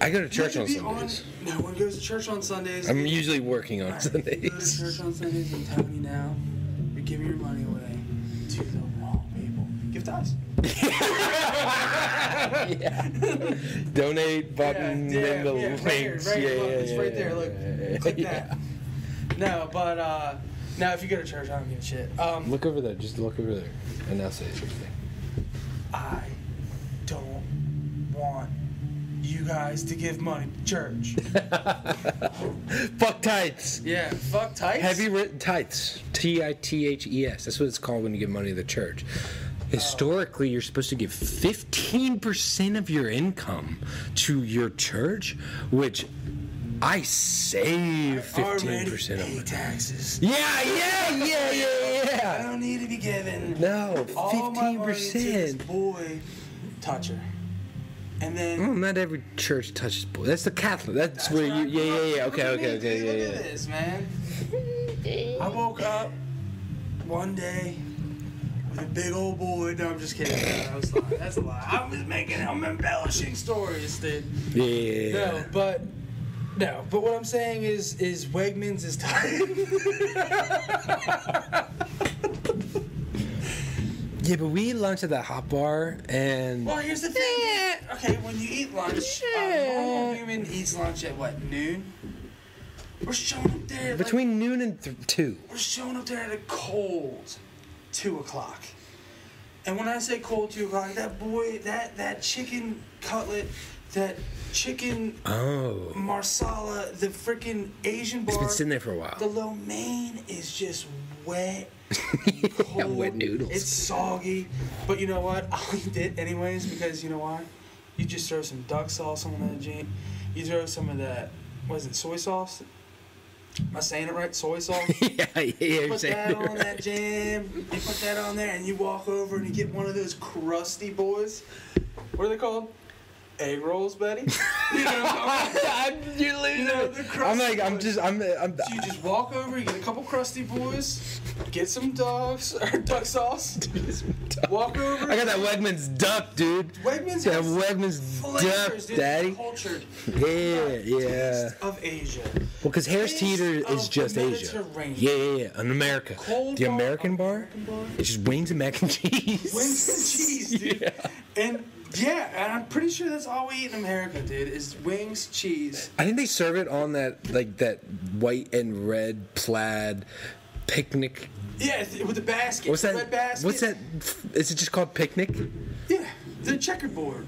Speaker 1: I go to church
Speaker 2: You
Speaker 1: on
Speaker 2: have to be
Speaker 1: Sundays.
Speaker 2: no one goes to church on Sundays.
Speaker 1: I'm usually working on
Speaker 2: Alright, You go to
Speaker 1: Sundays.
Speaker 2: church on Sundays. I'm telling you now, you're giving your money away to the wrong people. Give to us.
Speaker 1: yeah. Donate button, then the
Speaker 2: yeah,
Speaker 1: links.
Speaker 2: Right here, right,
Speaker 1: yeah,
Speaker 2: look,
Speaker 1: yeah,
Speaker 2: it's
Speaker 1: yeah,
Speaker 2: right there.
Speaker 1: yeah,
Speaker 2: Look,
Speaker 1: yeah, yeah,
Speaker 2: click
Speaker 1: yeah.
Speaker 2: that. No, but uh, no, if you go to church, I don't give a shit. Um,
Speaker 1: Look over there. Just look over there, and now say something.
Speaker 2: I don't want you guys to give money to church.
Speaker 1: Fuck tights.
Speaker 2: yeah, fuck tights.
Speaker 1: Have you written tithes? T I T H E S. That's what it's called when you give money to the church. Historically, you're supposed to give 15% of your income to your church, which I save
Speaker 2: Our men
Speaker 1: 15% of
Speaker 2: pay
Speaker 1: my
Speaker 2: taxes.
Speaker 1: Yeah, yeah, yeah, yeah,
Speaker 2: I
Speaker 1: yeah.
Speaker 2: don't need to be given.
Speaker 1: No,
Speaker 2: All my money to this
Speaker 1: 15%.
Speaker 2: boy toucher. And then
Speaker 1: Well, not every church touches boy. That's the Catholic. That's where you. Yeah, yeah, yeah. Okay,
Speaker 2: Look at
Speaker 1: okay,
Speaker 2: me, dude,
Speaker 1: okay.
Speaker 2: Look
Speaker 1: Yeah,
Speaker 2: at
Speaker 1: yeah.
Speaker 2: this, man. I woke up one day with a big old boy. No, I'm just kidding. man. I was lying. That's a lie. I'm just making. I'm embellishing stories, dude.
Speaker 1: Yeah, yeah, yeah.
Speaker 2: No, but no, but what I'm saying is, is Wegmans is tight.
Speaker 1: Yeah, but we lunch at the hot bar and.
Speaker 2: well, here's the thing. dude. Okay, when you eat lunch, a normal
Speaker 1: Yeah.
Speaker 2: human eats lunch at what noon? We're showing up there like-
Speaker 1: Between noon and th- two.
Speaker 2: We're showing up there at a cold two o'clock. And when I say cold two o'clock, that boy, that that chicken cutlet, that chicken
Speaker 1: Oh.
Speaker 2: marsala, the freaking Asian bar,
Speaker 1: It's been sitting there for a
Speaker 2: the
Speaker 1: while.
Speaker 2: lo mein is just wet.
Speaker 1: Yeah,
Speaker 2: cold.
Speaker 1: wet noodles.
Speaker 2: It's soggy, but you know what? I'll eat it anyways because you know why? You just throw some duck sauce on that jean. You throw some of that. What is it? Soy sauce? Am I saying it right? Soy sauce.
Speaker 1: yeah, yeah,
Speaker 2: You
Speaker 1: you're
Speaker 2: put
Speaker 1: saying
Speaker 2: that
Speaker 1: it
Speaker 2: on that
Speaker 1: right.
Speaker 2: jam. You put that on there, and you walk over and you get one of those crusty boys. What are they called? Egg rolls, buddy. You know what I'm talking
Speaker 1: I'm, you're
Speaker 2: You
Speaker 1: losing
Speaker 2: know,
Speaker 1: it.
Speaker 2: the crust
Speaker 1: I'm like, I'm
Speaker 2: was-
Speaker 1: just, I'm, I'm.
Speaker 2: about? So you just walk over, you get a couple crusty boys, get some dogs or duck sauce. Walk over.
Speaker 1: I got that Wegman's duck, dude.
Speaker 2: Wegmans
Speaker 1: That
Speaker 2: has
Speaker 1: Wegman's duck,
Speaker 2: flavors, dude.
Speaker 1: daddy. Uh,
Speaker 2: Cultured
Speaker 1: Yeah, yeah.
Speaker 2: taste of Asia.
Speaker 1: Well, because Harris
Speaker 2: Taste
Speaker 1: Teeter
Speaker 2: of
Speaker 1: is just
Speaker 2: the
Speaker 1: Asia.
Speaker 2: Mediterranean.
Speaker 1: Yeah, yeah, yeah. In America.
Speaker 2: Cold
Speaker 1: the American bar,
Speaker 2: American bar.
Speaker 1: it's just wings and mac and cheese.
Speaker 2: Wings and cheese, dude. And yeah, and I'm pretty sure that's all we eat in America, dude. Is wings, cheese.
Speaker 1: I think they serve it on that, like, that white and red plaid picnic.
Speaker 2: Yeah, th- with the basket.
Speaker 1: What's that?
Speaker 2: Red basket.
Speaker 1: What's that? Is it just called picnic?
Speaker 2: Yeah, the checkerboard.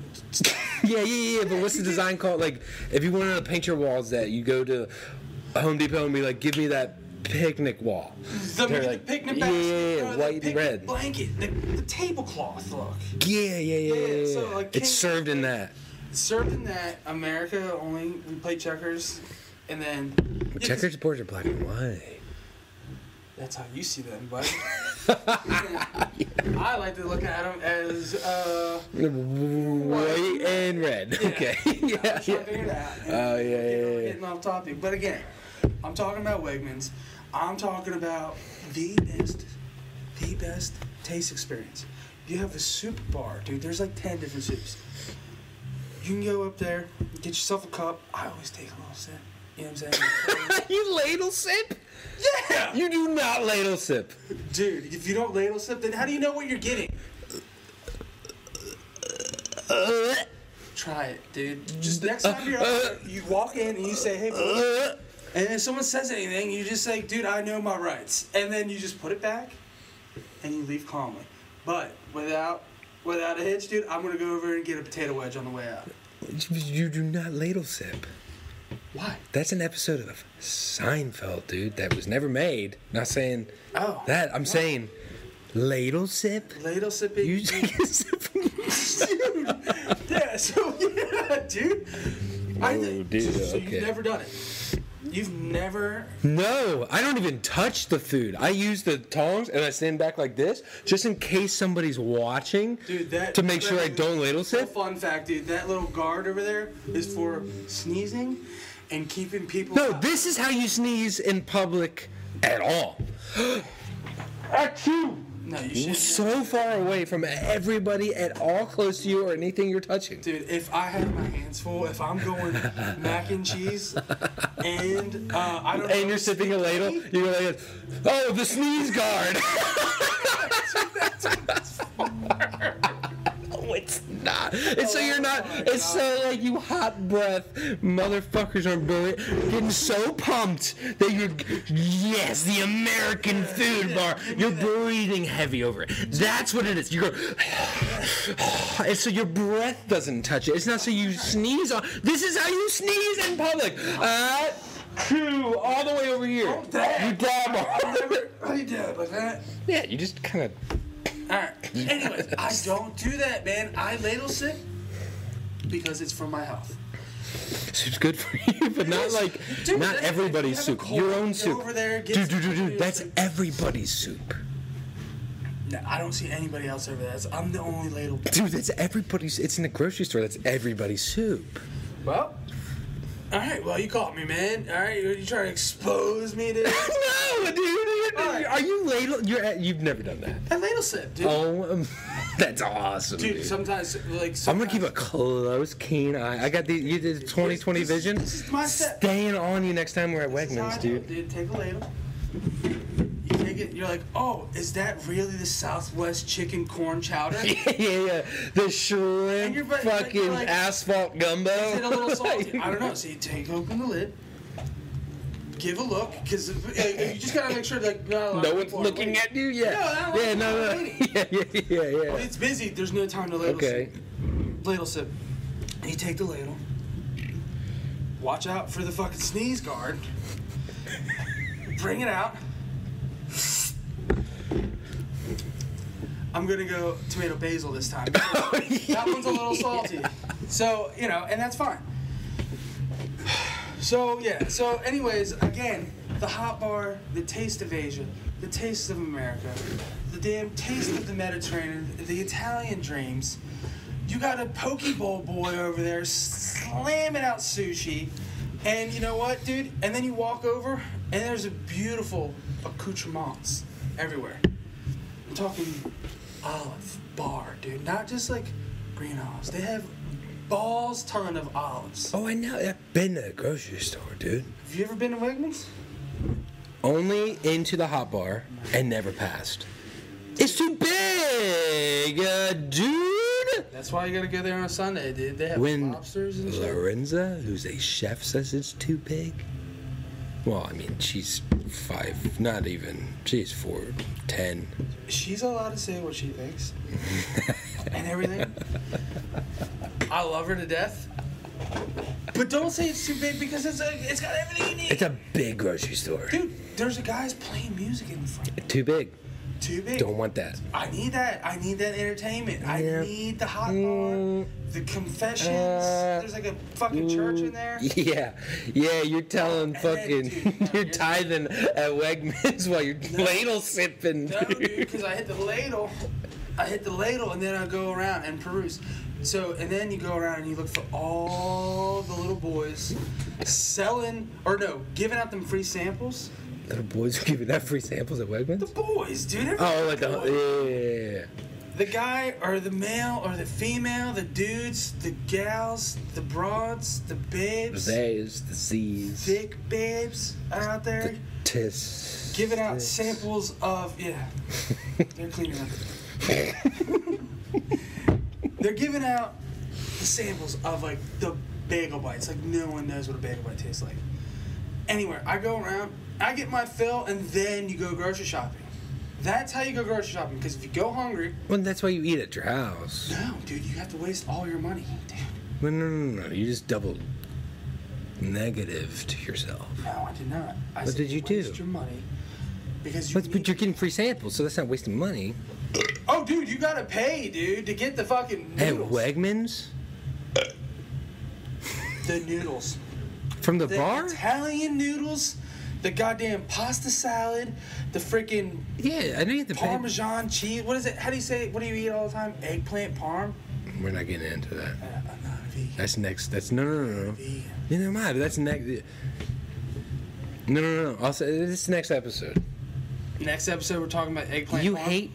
Speaker 1: Yeah, yeah, yeah. yeah, But what's the design called? Like, if you wanted to paint your walls, that you go to Home Depot and be like, "Give me that picnic wall."
Speaker 2: The,
Speaker 1: They're
Speaker 2: the
Speaker 1: like,
Speaker 2: picnic
Speaker 1: yeah,
Speaker 2: basket.
Speaker 1: yeah, yeah,
Speaker 2: or the
Speaker 1: white and
Speaker 2: picnic
Speaker 1: red.
Speaker 2: Blanket. The, the tablecloth look.
Speaker 1: Yeah, yeah, yeah, yeah.
Speaker 2: Yeah,
Speaker 1: yeah.
Speaker 2: so, like,
Speaker 1: it's
Speaker 2: King-
Speaker 1: served in that.
Speaker 2: Served in that, America only, we play checkers, and then. yeah, 'cause
Speaker 1: Checkers boards are black and white.
Speaker 2: That's how you see them, buddy. I like to look at them as, uh.
Speaker 1: White and red. Okay. Yeah,
Speaker 2: trying to
Speaker 1: yeah.
Speaker 2: figure it out.
Speaker 1: Oh, yeah, yeah,
Speaker 2: Getting-
Speaker 1: yeah, yeah.
Speaker 2: Getting off topic. But again, I'm talking about Wegmans. I'm talking about the best, the best taste experience. You have a soup bar, dude. There's like 10 different soups. You can go up there, get yourself a cup. I always take a little sip. You know what I'm saying?
Speaker 1: you ladle sip?
Speaker 2: yeah!
Speaker 1: You do not ladle sip.
Speaker 2: Dude, if you don't ladle sip, then how do you know what you're getting? Try it, dude. Just next time you're up there, you walk in and you say, hey, boy, And if someone says anything, you just like, dude, I know my rights. And then you just put it back and you leave calmly. But without without a hitch, dude, I'm gonna go over and get a potato wedge on the way out.
Speaker 1: You do not ladle sip.
Speaker 2: Why?
Speaker 1: That's an episode of Seinfeld, dude, that was never made. Not saying
Speaker 2: Oh.
Speaker 1: that. I'm saying ladle sip.
Speaker 2: ladle sipping.
Speaker 1: You take a sip from
Speaker 2: dude. Yeah, so yeah, dude. I
Speaker 1: Oh,
Speaker 2: think-
Speaker 1: dude,
Speaker 2: so, so
Speaker 1: okay.
Speaker 2: you've never done it. You've never
Speaker 1: No, I don't even touch the food. I use the tongs and I stand back like this just in case somebody's watching
Speaker 2: dude that
Speaker 1: to make sure I
Speaker 2: that-
Speaker 1: don't ladle
Speaker 2: So
Speaker 1: sip.
Speaker 2: fun fact, dude, that little guard over there is for sneezing and keeping people
Speaker 1: No,
Speaker 2: out.
Speaker 1: this is how you sneeze in public at all.
Speaker 2: No, you should
Speaker 1: So far away from everybody at all close to you or anything you're touching.
Speaker 2: Dude, if I have my hands full, if I'm going mac and cheese, and uh, I don't. know,
Speaker 1: And you're sipping a ladle, you're like, oh, the sneeze guard. oh, it's not. It's so you're not. It's so like you hot breath motherfuckers are bullet getting so pumped that you're yes the American food bar. You're breathing heavy over it. That's what it is. You go. And so your breath doesn't touch it. It's not so you sneeze on. This is how you sneeze in public. Uh, two all the way over here. You dab on.
Speaker 2: I do it like that.
Speaker 1: Yeah, you just kind of.
Speaker 2: Alright. Anyways, I don't do that, man. I ladle sip because it's for my health.
Speaker 1: Soup's good for you, but not like
Speaker 2: Dude,
Speaker 1: not
Speaker 2: that's-
Speaker 1: everybody's
Speaker 2: you have a
Speaker 1: soup.
Speaker 2: cold,
Speaker 1: Your own
Speaker 2: you go
Speaker 1: soup.
Speaker 2: over there, get
Speaker 1: dude,
Speaker 2: some
Speaker 1: dude, dude, dude,
Speaker 2: noodles
Speaker 1: that's
Speaker 2: and-
Speaker 1: everybody's soup.
Speaker 2: No, I don't see anybody else over there. That's- I'm the only ladle.
Speaker 1: Dude, that's everybody's. It's in the grocery store. That's everybody's soup.
Speaker 2: Well, alright, well, you caught me, man. Alright, you you trying to expose me to.
Speaker 1: no, dude. you're-
Speaker 2: Alright.
Speaker 1: Are you ladle? You're at, you've never done that.
Speaker 2: I ladle sip, dude.
Speaker 1: Oh, um, that's awesome, dude.
Speaker 2: Dude, sometimes, like. Sometimes,
Speaker 1: I'm gonna keep a close, keen eye. I got the you did 2020
Speaker 2: This-
Speaker 1: vision.
Speaker 2: this is my step.
Speaker 1: Staying on you next time we're at Wegmans, dude.
Speaker 2: Dude, take a ladle. You take it. You're like, oh, is that really the Southwest chicken corn chowder? Is
Speaker 1: yeah, yeah, yeah. The shrimp,
Speaker 2: you're but- like,
Speaker 1: fucking
Speaker 2: you're like-
Speaker 1: asphalt gumbo.
Speaker 2: it a little salty?
Speaker 1: Like-
Speaker 2: I don't know. So you take open the lid, give a look, because you just gotta make sure like not a lot
Speaker 1: No
Speaker 2: of
Speaker 1: one's
Speaker 2: people are
Speaker 1: looking
Speaker 2: waiting.
Speaker 1: at you yet.
Speaker 2: No, not
Speaker 1: yeah,
Speaker 2: looking,
Speaker 1: no,
Speaker 2: not
Speaker 1: no.
Speaker 2: waiting.
Speaker 1: Yeah, yeah, yeah, yeah.
Speaker 2: It's busy. There's no time to ladle.
Speaker 1: Okay.
Speaker 2: Sip. Ladle sip. You take the ladle. Watch out for the fucking sneeze guard. Bring it out. I'm gonna go tomato basil this time. that one's a little salty. So you know, and that's fine. So yeah. So anyways, again, the hot bar, the taste of Asia, the taste of America, the damn taste of the Mediterranean, the Italian dreams. You got a poke bowl boy over there slamming out sushi, and you know what, dude? And then you walk over, and there's a beautiful accoutrements everywhere. I'm talking olive bar, dude. Not just like green olives. They have balls ton of olives.
Speaker 1: Oh, I know. I've been to a grocery store, dude.
Speaker 2: Have you ever been to Wegmans?
Speaker 1: Only into the hot bar and never passed. It's too big, uh, dude.
Speaker 2: That's why you gotta go there on a Sunday, dude. They have
Speaker 1: When
Speaker 2: lobsters and shit.
Speaker 1: Lorenza, who's a chef, says it's too big. Well, I mean, she's five, not even. She's four, ten.
Speaker 2: She's allowed to say what she thinks and everything. I love her to death. But don't say it's too big because it's a, it's got everything you need.
Speaker 1: It's a big grocery store.
Speaker 2: dude, there's a guy's playing music in front.
Speaker 1: Too big.
Speaker 2: Too big.
Speaker 1: Don't want that.
Speaker 2: I need that. I need that entertainment.
Speaker 1: Yeah.
Speaker 2: I need the hot
Speaker 1: Mm.
Speaker 2: bar, the confessions.
Speaker 1: Uh,
Speaker 2: There's like a fucking church in there.
Speaker 1: Yeah, yeah, you're telling
Speaker 2: Oh,
Speaker 1: fucking,
Speaker 2: dude, no,
Speaker 1: you're
Speaker 2: you're-
Speaker 1: tithing at Wegmans while you're ladle sipping.
Speaker 2: No, dude,
Speaker 1: dude.
Speaker 2: because I hit the ladle. I hit the ladle and then I go around and peruse. So and then you go around and you look for all the little boys selling or no, giving out them free samples.
Speaker 1: Little boys are giving out free samples at
Speaker 2: The
Speaker 1: Wegmans.
Speaker 2: boys, dude. every
Speaker 1: Oh, like the
Speaker 2: boy.
Speaker 1: yeah, yeah, yeah, yeah.
Speaker 2: the guy or the male or the female, the dudes, the gals, the broads, the babes,
Speaker 1: There's the Z's.
Speaker 2: thick babes are out there.
Speaker 1: Tis.
Speaker 2: giving out samples of yeah. They're cleaning up. They're giving out the samples of like the bagel bites. Like no one knows what a bagel bite tastes like. Anywhere I go around, I get my fill, and then you go grocery shopping. That's how you go grocery shopping. Because if you go hungry,
Speaker 1: Well, that's why you eat at your house.
Speaker 2: no, dude, you have to waste all your money. Damn.
Speaker 1: No, no, no, no. You just double negative to yourself.
Speaker 2: No, I did not. I
Speaker 1: What
Speaker 2: said
Speaker 1: did you do?
Speaker 2: Waste your money. Because you
Speaker 1: But, but
Speaker 2: need-
Speaker 1: you're getting free samples, so that's not wasting money.
Speaker 2: oh, dude, you gotta pay, dude, to get the fucking
Speaker 1: At
Speaker 2: noodles.
Speaker 1: Wegmans?
Speaker 2: the noodles.
Speaker 1: From the,
Speaker 2: the
Speaker 1: bar?
Speaker 2: Italian noodles, the goddamn pasta salad, the freaking
Speaker 1: Yeah, I know you have to pay.
Speaker 2: Parmesan cheese. What is it? How do you say? What do you eat all the time? Eggplant parm.
Speaker 1: We're not getting into that.
Speaker 2: Uh, I'm not a vegan.
Speaker 1: That's next. That's no, no, no, no.
Speaker 2: Vegan.
Speaker 1: Yeah, never mind. That's next. No, no, no. I'll say this is next episode.
Speaker 2: Next episode, we're talking about eggplant.
Speaker 1: You
Speaker 2: parm.
Speaker 1: hate.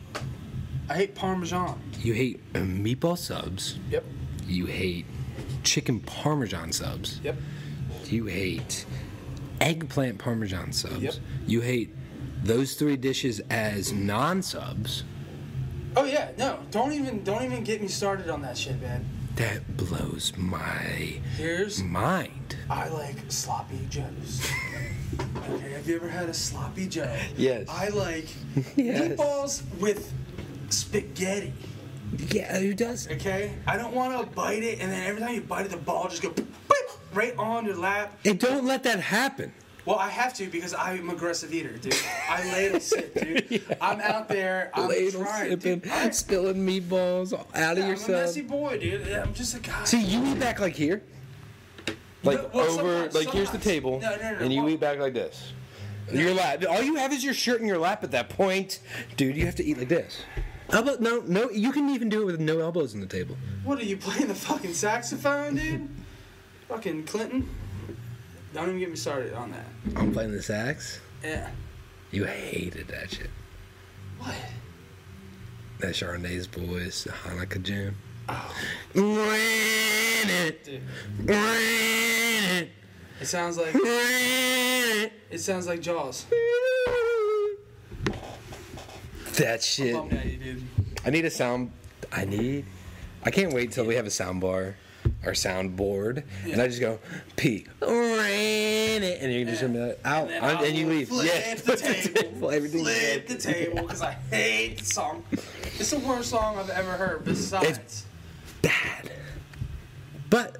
Speaker 2: I hate Parmesan.
Speaker 1: You hate uh, meatball subs.
Speaker 2: Yep.
Speaker 1: You hate chicken parmesan subs.
Speaker 2: Yep.
Speaker 1: You hate eggplant parmesan subs.
Speaker 2: Yep.
Speaker 1: You hate those three dishes as non-subs.
Speaker 2: Oh yeah, no, don't even don't even get me started on that shit, man.
Speaker 1: That blows my
Speaker 2: Here's
Speaker 1: Mm. mind.
Speaker 2: I like sloppy joes. okay, have you ever had a sloppy joe?
Speaker 1: Yes.
Speaker 2: I like
Speaker 1: Yes.
Speaker 2: meatballs with spaghetti.
Speaker 1: Yeah, who does?
Speaker 2: Okay, I don't want to bite it, and then every time you bite it, the ball just go boop, right on your lap.
Speaker 1: Hey, don't let that happen.
Speaker 2: Well, I have to because I'm an aggressive eater, dude. I ladle sip, dude. I'm out there. I'm
Speaker 1: Ladle
Speaker 2: trying,
Speaker 1: sipping,
Speaker 2: dude. I'm,
Speaker 1: spilling meatballs out of
Speaker 2: I'm a
Speaker 1: yourself.
Speaker 2: messy boy, dude. I'm just a guy.
Speaker 1: See, you eat back like here. Like
Speaker 2: No, well,
Speaker 1: over, like
Speaker 2: sometimes-
Speaker 1: here's the
Speaker 2: sometimes.
Speaker 1: table,
Speaker 2: No, no, no,
Speaker 1: and you
Speaker 2: well-
Speaker 1: eat back like this. Your lap. All you have is your shirt in your lap at that point, dude. You have to eat like this. Elbow? No, no. You can even do it with no elbows on the table.
Speaker 2: What are you playing the fucking saxophone, dude? fucking Clinton. Don't even get me started on that.
Speaker 1: I'm playing the sax.
Speaker 2: Yeah.
Speaker 1: You hated that shit.
Speaker 2: What?
Speaker 1: That Charnay's boys Hanukkah jam. Oh. Ran it,
Speaker 2: Dude,
Speaker 1: ran it,
Speaker 2: it sounds like
Speaker 1: ran
Speaker 2: it sounds like Jaws.
Speaker 1: it. That shit.
Speaker 2: Bummed at you, dude.
Speaker 1: I need a sound. I need. I can't wait till we have a sound bar or sound board, and I just go P ran it, and you're just gonna be like out,
Speaker 2: then
Speaker 1: and,
Speaker 2: I
Speaker 1: and you
Speaker 2: will
Speaker 1: leave.
Speaker 2: Flip
Speaker 1: Yeah,
Speaker 2: the table.
Speaker 1: everything's
Speaker 2: flip
Speaker 1: good.
Speaker 2: the table because I hate the song. It's the worst song I've ever heard. Besides,
Speaker 1: It's- bad. But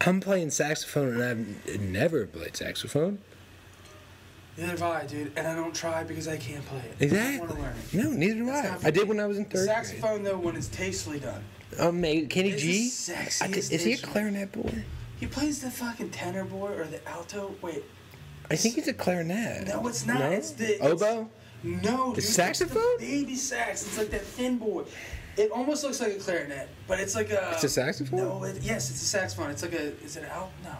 Speaker 1: I'm playing saxophone, and I've never played saxophone.
Speaker 2: neither have I, dude. And I don't try because I can't play it. I don't want
Speaker 1: Exactly.
Speaker 2: to learn it.
Speaker 1: No, neither do
Speaker 2: That's
Speaker 1: I.
Speaker 2: not-
Speaker 1: I did when I was in third grade.
Speaker 2: Saxophone though, when it's tastefully done,
Speaker 1: Um, maybe- Kenny
Speaker 2: It's
Speaker 1: G.
Speaker 2: the
Speaker 1: I thi-
Speaker 2: sexiest
Speaker 1: is he a
Speaker 2: instrument.
Speaker 1: clarinet boy?
Speaker 2: he plays the fucking tenor boy or the alto. Wait,
Speaker 1: I think he's a clarinet.
Speaker 2: No, it's not.
Speaker 1: No?
Speaker 2: It's the- it's-
Speaker 1: oboe.
Speaker 2: No, dude,
Speaker 1: saxophone?
Speaker 2: It's the baby sax. It's like that thin boy. It almost looks like a clarinet, but it's like a.
Speaker 1: It's a saxophone?
Speaker 2: No, it, yes, it's a saxophone. It's like a. Is it out? No.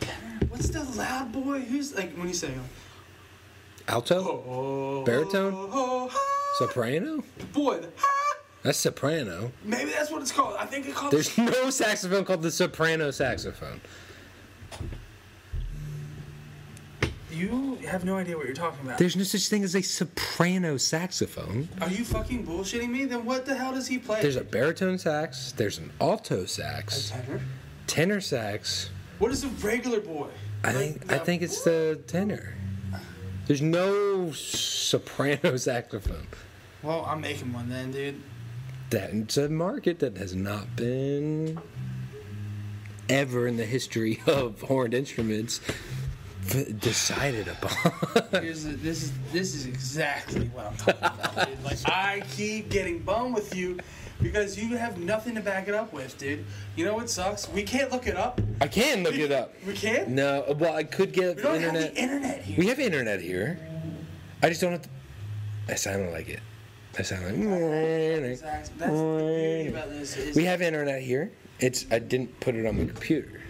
Speaker 2: Tenor? What's the loud boy? Who's like when you say?
Speaker 1: Alto,
Speaker 2: Oh,
Speaker 1: Baritone?
Speaker 2: oh, oh, ah,
Speaker 1: soprano.
Speaker 2: boy, the, ah.
Speaker 1: That's soprano.
Speaker 2: maybe that's what it's called. I think it called.
Speaker 1: There's no saxophone called the soprano saxophone.
Speaker 2: you have no idea what you're talking about.
Speaker 1: There's no such thing as a soprano saxophone.
Speaker 2: Are you fucking bullshitting me? Then what the hell does he play?
Speaker 1: There's a baritone sax, there's an alto
Speaker 2: A
Speaker 1: sax,
Speaker 2: tenor.
Speaker 1: tenor sax.
Speaker 2: What is a regular boy?
Speaker 1: I
Speaker 2: Like
Speaker 1: think I
Speaker 2: the-
Speaker 1: think it's the tenor. There's no soprano saxophone.
Speaker 2: Well, I'm making one then, dude.
Speaker 1: That's a market that has not been ever in the history of horned instruments f- decided upon.
Speaker 2: Here's the, this is this is exactly what I'm talking about. Dude. Like I keep getting bummed with you because you have nothing to back it up with, dude. You know what sucks? We can't look it up.
Speaker 1: I can look it up.
Speaker 2: We can't.
Speaker 1: No, well, I could get
Speaker 2: we don't
Speaker 1: internet.
Speaker 2: have the internet here.
Speaker 1: We have internet here. I just don't have to. I sound like it. I sound like.
Speaker 2: That's the beauty about this. Is,
Speaker 1: We have internet here. It's. I didn't put it on my computer.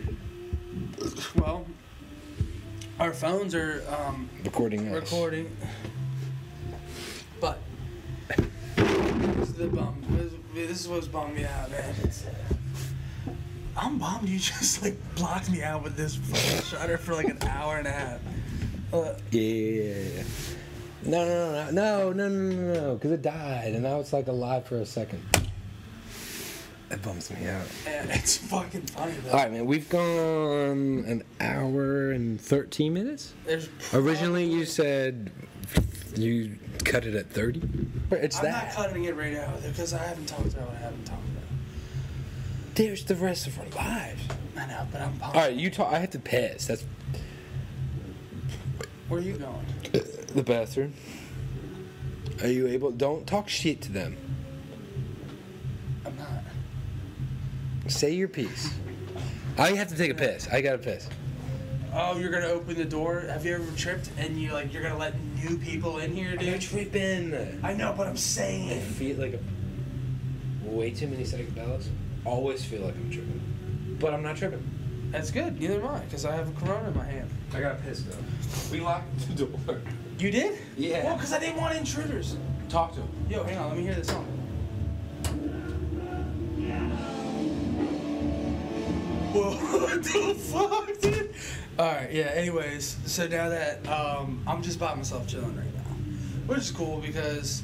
Speaker 2: well, our phones are um,
Speaker 1: Recording us.
Speaker 2: recording, but this is the bum. This, this is what's bummed me out, man. It's- I'm bummed you just like blocked me out with this fucking shutter for like an hour and a half. Uh,
Speaker 1: Yeah. No, no, no, no, no, no, no, no, no, because it died, and now it's like alive for a second. That bums me out.
Speaker 2: and it's fucking funny though.
Speaker 1: All right, man. We've gone an hour and thirteen minutes.
Speaker 2: There's
Speaker 1: Originally, you said you cut it at thirty. It's
Speaker 2: I'm
Speaker 1: that.
Speaker 2: not cutting it right now because I haven't talked about what I haven't talked about.
Speaker 1: There's the rest of our lives.
Speaker 2: I know, but I'm bummed.
Speaker 1: All right, you talk. I have to piss. That's
Speaker 2: Where are you going?
Speaker 1: the bathroom. Are you able? Don't talk shit to them.
Speaker 2: I'm not.
Speaker 1: Say your piece. I have to take a piss. I gotta piss.
Speaker 2: Oh, you're gonna open the door? Have you ever tripped and you like you're gonna let new people in here, dude?
Speaker 1: tripping.
Speaker 2: I know, but I'm saying.
Speaker 1: I feel like a, way too many psychedelics. Always feel like I'm tripping, but I'm not tripping.
Speaker 2: That's good. Neither am I, because I have a Corona in my hand.
Speaker 3: I got pissed though. We locked the door.
Speaker 2: You did?
Speaker 3: Yeah.
Speaker 2: Well, because I didn't want intruders.
Speaker 3: Talk to him.
Speaker 2: Yo, hang on. Let me hear this song. Whoa, what the fuck, dude? All right. Yeah. Anyways, so now that um, I'm just by myself chilling right now, which is cool because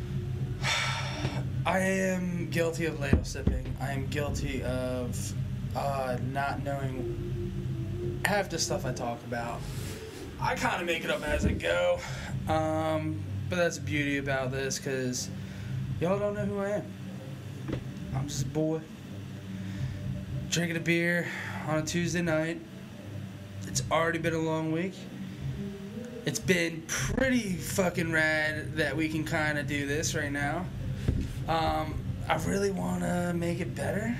Speaker 2: I am guilty of ladle sipping. I am guilty of uh, not knowing half the stuff I talk about. I kind of make it up as I go. Um, but that's the beauty about this because y'all don't know who I am. I'm just a boy drinking a beer on a Tuesday night. It's already been a long week. It's been pretty fucking rad that we can kind of do this right now. Um, I really want to make it better,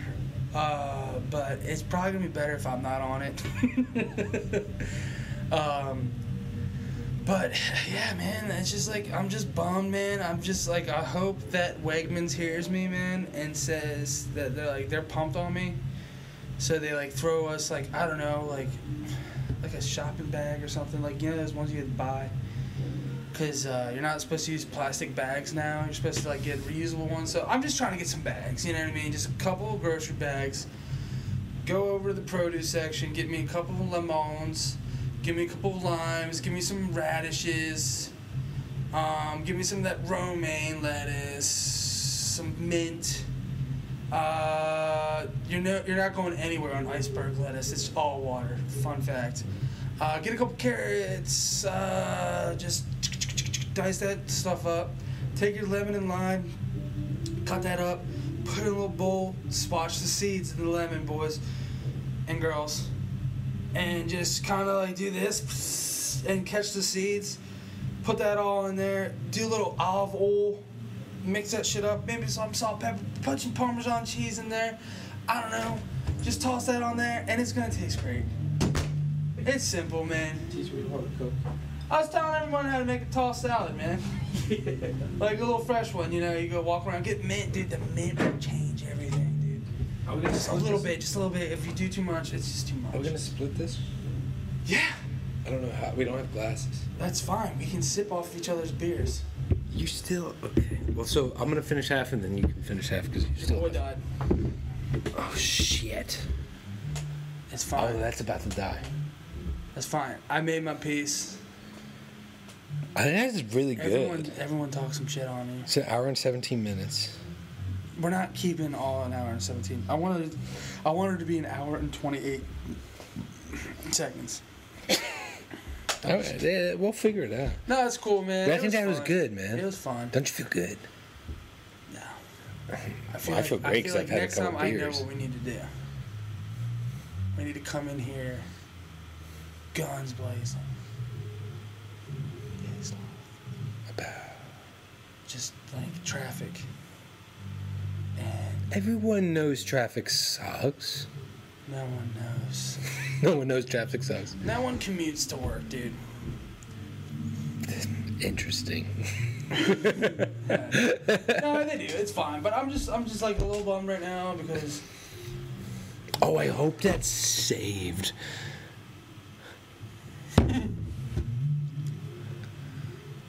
Speaker 2: uh, but it's probably gonna be better if I'm not on it. um, but yeah, man, it's just like I'm just bummed, man. I'm just like I hope that Wegmans hears me, man, and says that they're like they're pumped on me, so they like throw us like I don't know like like a shopping bag or something like you know those ones you could buy because uh, you're not supposed to use plastic bags now. You're supposed to like get reusable ones. So I'm just trying to get some bags. You know what I mean? Just a couple of grocery bags. Go over to the produce section. Get me a couple of lemons. Give me a couple of limes. Give me some radishes. Um, give me some of that romaine lettuce. Some mint. Uh, you're no, you're not going anywhere on iceberg lettuce. It's all water. Fun fact. Uh, get a couple carrots. Uh, just dice that stuff up. Take your lemon and lime, cut that up, put it in a little bowl, squash the seeds in the lemon, boys and girls, and just kind of like do this and catch the seeds. Put that all in there. Do a little olive oil mix that shit up. Maybe some salt, pepper, put some Parmesan cheese in there. I don't know. Just toss that on there, and it's gonna taste great. It's simple, man.
Speaker 3: Teach me how to cook.
Speaker 2: I was telling everyone how to make a tossed salad, man. Like a little fresh one, you know. You go walk around, get mint, dude. The mint will change everything, dude.
Speaker 3: Are we gonna
Speaker 2: Just a
Speaker 3: split
Speaker 2: little
Speaker 3: this?
Speaker 2: bit, just a little bit. If you do too much, it's just too much.
Speaker 3: Are we gonna split this?
Speaker 2: Yeah,
Speaker 3: I don't know how. We don't have glasses.
Speaker 2: that's fine. We can sip off each other's beers.
Speaker 1: You still okay? Well, so I'm gonna finish half, and then you can finish half because you
Speaker 2: Boy
Speaker 1: still.
Speaker 2: died.
Speaker 1: Oh shit!
Speaker 2: It's
Speaker 1: Oh,
Speaker 2: fine.
Speaker 1: that's about to die.
Speaker 2: That's fine. I made my peace.
Speaker 1: I think that's really good.
Speaker 2: Everyone, everyone talks some shit on me.
Speaker 1: It's an hour and 17 minutes.
Speaker 2: We're not keeping all an hour and seventeen. I wanted, I wanted to be an hour and twenty-eight seconds.
Speaker 1: All right, yeah, we'll figure it out.
Speaker 2: No, that's cool, man.
Speaker 1: But I
Speaker 2: It
Speaker 1: think that was
Speaker 2: fun.
Speaker 1: good, man.
Speaker 2: It was fun.
Speaker 1: Don't you feel good?
Speaker 2: No.
Speaker 1: Well, I feel great 'cause
Speaker 2: I feel
Speaker 1: I've had a
Speaker 2: next
Speaker 1: couple
Speaker 2: time I know
Speaker 1: beers.
Speaker 2: what we need to do. We need to come in here, guns blazing. Yes, Lord. Just like traffic. And
Speaker 1: Everyone knows traffic sucks.
Speaker 2: no one knows.
Speaker 1: No one knows traffic sucks.
Speaker 2: No one commutes to work, dude.
Speaker 1: Interesting.
Speaker 2: No, they do. It's fine. But I'm just, I'm just like a little bummed right now because
Speaker 1: Oh, I hope that's saved.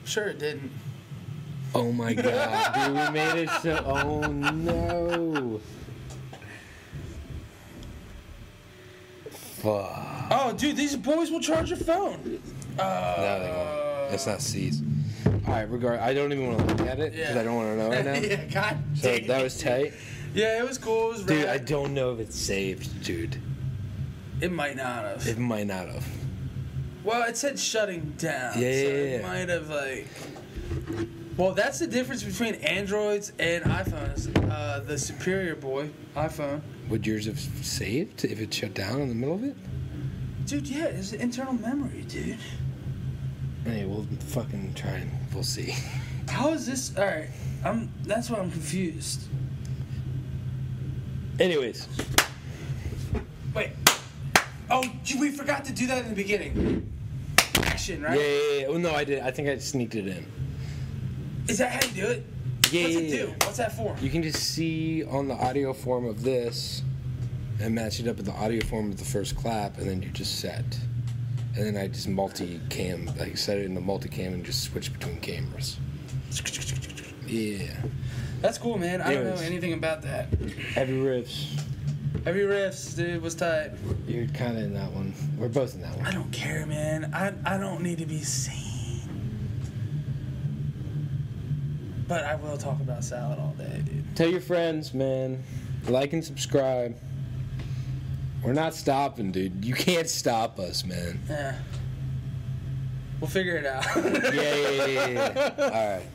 Speaker 2: sure it didn't.
Speaker 1: Oh my god, dude, we made it so. Oh no. Fuck.
Speaker 2: Oh, dude, these boys will charge your phone. Uh,
Speaker 1: No, they won't. It's not C's. All right, regard. I don't even want to look at it because
Speaker 2: Yeah.
Speaker 1: Oh, I don't want to know right now.
Speaker 2: yeah, God.
Speaker 1: So
Speaker 2: dang
Speaker 1: that
Speaker 2: it.
Speaker 1: was tight,
Speaker 2: Yeah, it was cool. It was
Speaker 1: dude. I
Speaker 2: rad.
Speaker 1: don't know if it's saved, dude.
Speaker 2: It might not have.
Speaker 1: It might not have.
Speaker 2: well, it said shutting down.
Speaker 1: Yeah,
Speaker 2: so
Speaker 1: yeah,
Speaker 2: It
Speaker 1: yeah.
Speaker 2: might have like. Well, that's the difference between Androids and iPhones. Uh, the superior boy iPhone.
Speaker 1: Would yours have saved if it shut down in the middle of it?
Speaker 2: Dude, yeah, it's internal memory, dude.
Speaker 1: Hey, we'll fucking try and we'll see.
Speaker 2: How is this? All right, I'm. That's why I'm confused.
Speaker 1: Anyways,
Speaker 2: Wait. Oh, we forgot to do that in the beginning. Action,
Speaker 1: yeah,
Speaker 2: right?
Speaker 1: yeah, yeah. Well, no, I did. I think I sneaked it in.
Speaker 2: Is that how you do it?
Speaker 1: Yeah,
Speaker 2: What's
Speaker 1: yeah,
Speaker 2: it do?
Speaker 1: yeah.
Speaker 2: What's that for?
Speaker 1: You can just see on the audio form of this, and match it up with the audio form of the first clap, and then you're just set. And then I just multi-cam, like set it into multi-cam and just switch between cameras. Yeah.
Speaker 2: That's cool, man. I don't know
Speaker 1: Anyways.
Speaker 2: anything about that.
Speaker 1: Heavy riffs.
Speaker 2: Every riffs, dude, was tight.
Speaker 1: You're kind of in that one. We're both in that
Speaker 2: I
Speaker 1: one.
Speaker 2: don't care, man. I I don't need to be seen. But I will talk about salad all day, dude.
Speaker 1: Tell your friends, man. Like and subscribe. We're not stopping, dude. You can't stop us, man.
Speaker 2: Yeah. We'll figure it out.
Speaker 1: Yeah, yeah, yeah, yeah. yeah. All right.